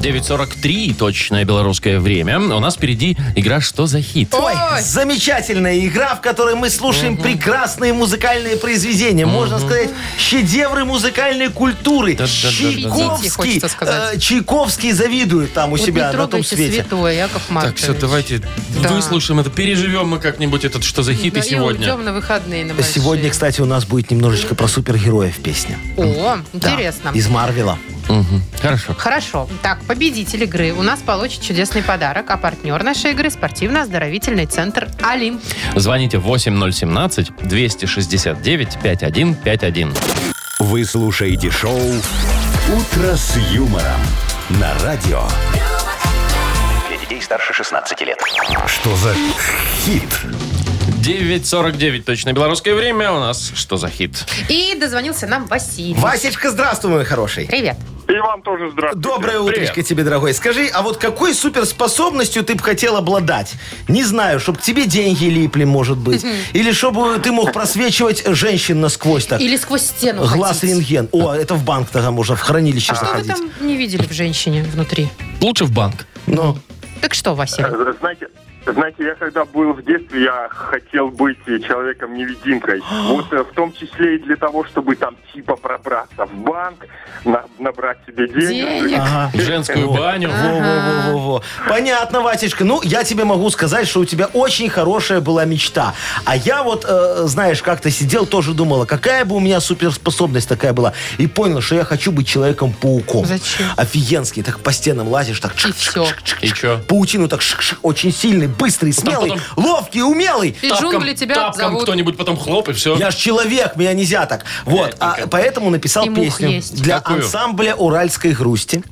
B: 9.43, точное белорусское время. У нас впереди игра «Что за хит?».
C: Ой, замечательная игра, в которой мы слушаем прекрасные музыкальные произведения. Можно сказать, шедевры музыкальной культуры.
B: Да-да-да-да-да.
D: Идите, хочется сказать.
C: Чайковский, э, Чайковский завидует там у
D: Вот
C: себя
D: не
C: на том
D: трогайте
C: свете.
D: святое, Яков
B: Так,
D: Маркович.
B: все, давайте
D: Да.
B: выслушаем это, переживем мы как-нибудь этот «Что за хит?»
D: Да
B: и сегодня.
D: уйдем Ну на выходные на большие.
C: Сегодня, кстати, у нас будет немножечко про супергероев песня. Да,
D: О, интересно.
C: Из Марвела.
B: Мгм, Хорошо.
D: Хорошо. Так, победитель игры у нас получит чудесный подарок, а партнер нашей игры – спортивно-оздоровительный центр «Алим».
B: Звоните 8017-269-5151.
A: Вы слушаете шоу «Утро с юмором» на радио.
L: Для детей старше 16 лет.
A: Что за хит?
B: 9.49, точно белорусское время. У нас «Что за хит?».
D: И дозвонился нам Василий.
C: Васечка, здравствуй, мой хороший.
D: Привет.
J: И вам тоже здравствуйте.
C: Доброе
B: Привет.
C: утречко тебе, дорогой. Скажи, а вот какой суперспособностью ты бы хотел обладать? Не знаю, чтобы к тебе деньги липли, может быть. Или чтобы ты мог просвечивать женщин насквозь так.
D: Или сквозь стену
C: Глаз
D: хотите?
C: рентген. О, это в банк тогда можно, в хранилище
D: А что вы
C: заходить.
D: там не видели в женщине внутри?
B: Лучше в банк.
C: Ну,
D: Так что, Василий?
J: Э, Знаете, знаете, я когда был в детстве, я хотел быть человеком-невидимкой. Вот э, в том числе и для того, чтобы там типа пробраться в банк, на- набрать себе денег.
D: Денег.
C: ага.
B: В женскую баню.
D: а,
C: Во-во-во-во-во. Понятно, Васечка. Ну, я тебе могу сказать, что у тебя очень хорошая была мечта. А я вот, э, знаешь, как-то сидел, тоже думала, какая бы у меня суперспособность такая была. И понял, что я хочу быть человеком-пауком.
D: Зачем?
C: Офигенский. Так по стенам лазишь, так
D: И
C: шик,
D: все.
B: И чё? А
C: паутину так шик-шик. Очень сильный, быстрый, смелый,
B: потом-
C: ловкий, умелый.
D: И
B: Тапком-
D: джунгли тебя
B: тапком
D: зовут.
B: кто-нибудь потом хлоп, и все.
C: Я ж человек, меня нельзя так. Вот, а поэтому написал
D: И мух
C: песню
D: есть.
C: для
B: Э, Какую?
C: ансамбля «Уральской грусти».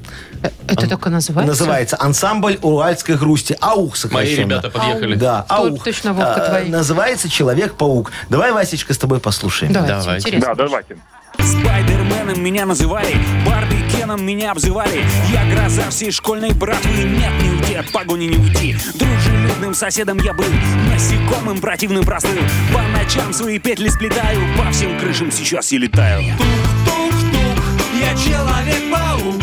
C: А,
D: Это только называется?
C: Называется «Ансамбль уральской грусти». Аух
B: Мои
C: сокращенно.
B: ребята подъехали.
C: Да,
D: Тол-
C: аух.
D: точно, Вовка,
C: А,
D: твои.
C: Называется «Человек-паук». Давай, Васечка, с тобой послушаем.
D: Давайте,
B: Давайте.
D: интересно.
J: Да, давайте.
F: Спайдерменом меня называли, Барби Кеном меня обзывали. Я гроза всей школьной братвы, нет, не уйти, от погони не уйти. Дружелюбным соседом я был, насекомым противным простым. По ночам свои петли сплетаю, по всем крышам сейчас я летаю. Тук-тук-тук, я Человек-паук.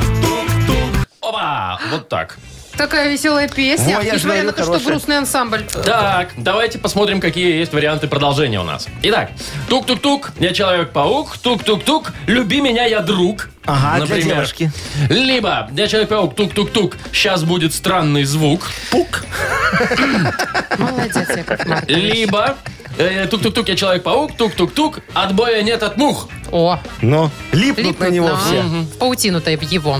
F: Тук-тук-тук.
B: Опа! Вот так.
D: Такая веселая песня,
C: Во, я же
D: несмотря
C: говорю,
D: на то, что
C: хорошая.
D: грустный ансамбль.
B: Так, давайте посмотрим, какие есть варианты продолжения у нас. Итак, тук-тук-тук, я человек-паук, тук-тук-тук, люби меня, я друг.
C: Ага, для девушки.
B: Либо я человек-паук, тук-тук-тук, сейчас будет странный звук. Пук.
D: Молодец, Яков Маркович.
B: Либо э, тук-тук-тук, я человек-паук, тук-тук-тук, отбоя нет от мух.
D: О,
C: Ну, липнут, на
D: липнут
C: него
D: на-
C: все.
D: Мгм. В паутину-то его.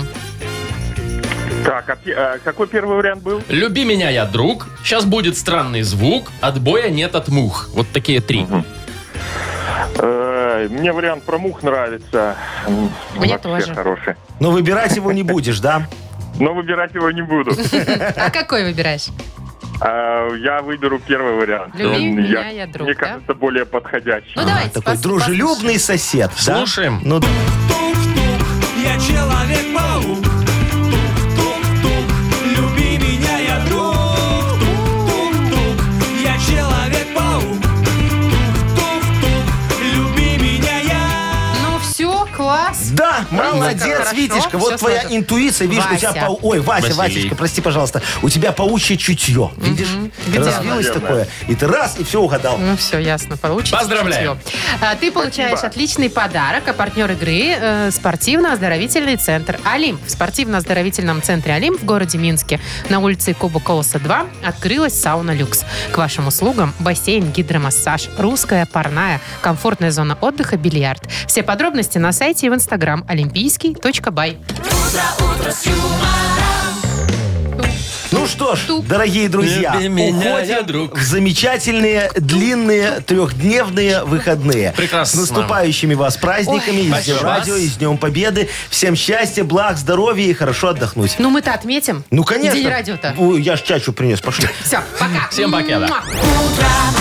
J: Так, а пе- а какой первый вариант был?
B: Люби меня, я друг, сейчас будет странный звук, отбоя нет от мух. Вот такие три.
J: Э, Мне вариант про мух нравится. М,
D: Мне
J: вообще
D: тоже.
J: хороший.
C: Но выбирать его не будешь, да?
D: *laughs*
J: Но выбирать его не буду.
D: А какой выбираешь?
J: А, Я выберу первый вариант.
D: Люби
J: Он,
D: меня, я друг,
J: Мне
D: да?
J: кажется, более подходящий.
D: Ну, давайте,
C: А, Такой
D: пос-
C: дружелюбный сосед. да?
B: Слушаем.
C: Ну, да.
F: Я человек-паук. Тук-тук-тук, люби меня, я друг. Тук-тук-тук, я человек-паук. Тук-тук-тук, люби меня, я.
D: Ну все, класс.
C: Да,
D: как
C: молодец,
D: Ну, хорошо,
C: Витечка.
D: всё
C: Вот твоя
D: сложно.
C: интуиция, видишь, у тебя
D: Вася.
C: пау- Ой, Вася,
B: Василий.
C: Васечка, прости, пожалуйста. У тебя паучье чутье. Видишь?
D: Где
C: Развилось
J: оно?
C: такое. И ты раз, и все угадал.
D: Ну все, ясно, получится.
B: Поздравляем.
D: чутьё. А, Ты получаешь отличный подарок, а партнер игры э, спортивно-оздоровительный центр «Олимп». В спортивно-оздоровительном центре «Олимп» в городе Минске на улице Куба Колоса 2 открылась сауна «Люкс». К вашим услугам бассейн, гидромассаж, русская, парная, комфортная зона отдыха, бильярд. Все подробности на сайте и в инстаграм олимпийский.бай.
C: Ну что ж, дорогие друзья,
B: Люби меня, я
C: уходим
B: друг.
C: в замечательные, длинные, трехдневные выходные.
B: Прекрасно.
C: С наступающими вас праздниками, и с Днем
B: спасибо.
C: радио, и с Днем Победы. Всем счастья, благ, здоровья и хорошо отдохнуть.
D: Ну мы-то отметим.
C: Ну, конечно.
D: День радио-то.
C: Ой, я ж чачу принес, пошли.
D: Все, пока.
B: Всем пока, да.
D: Муа.
G: Утро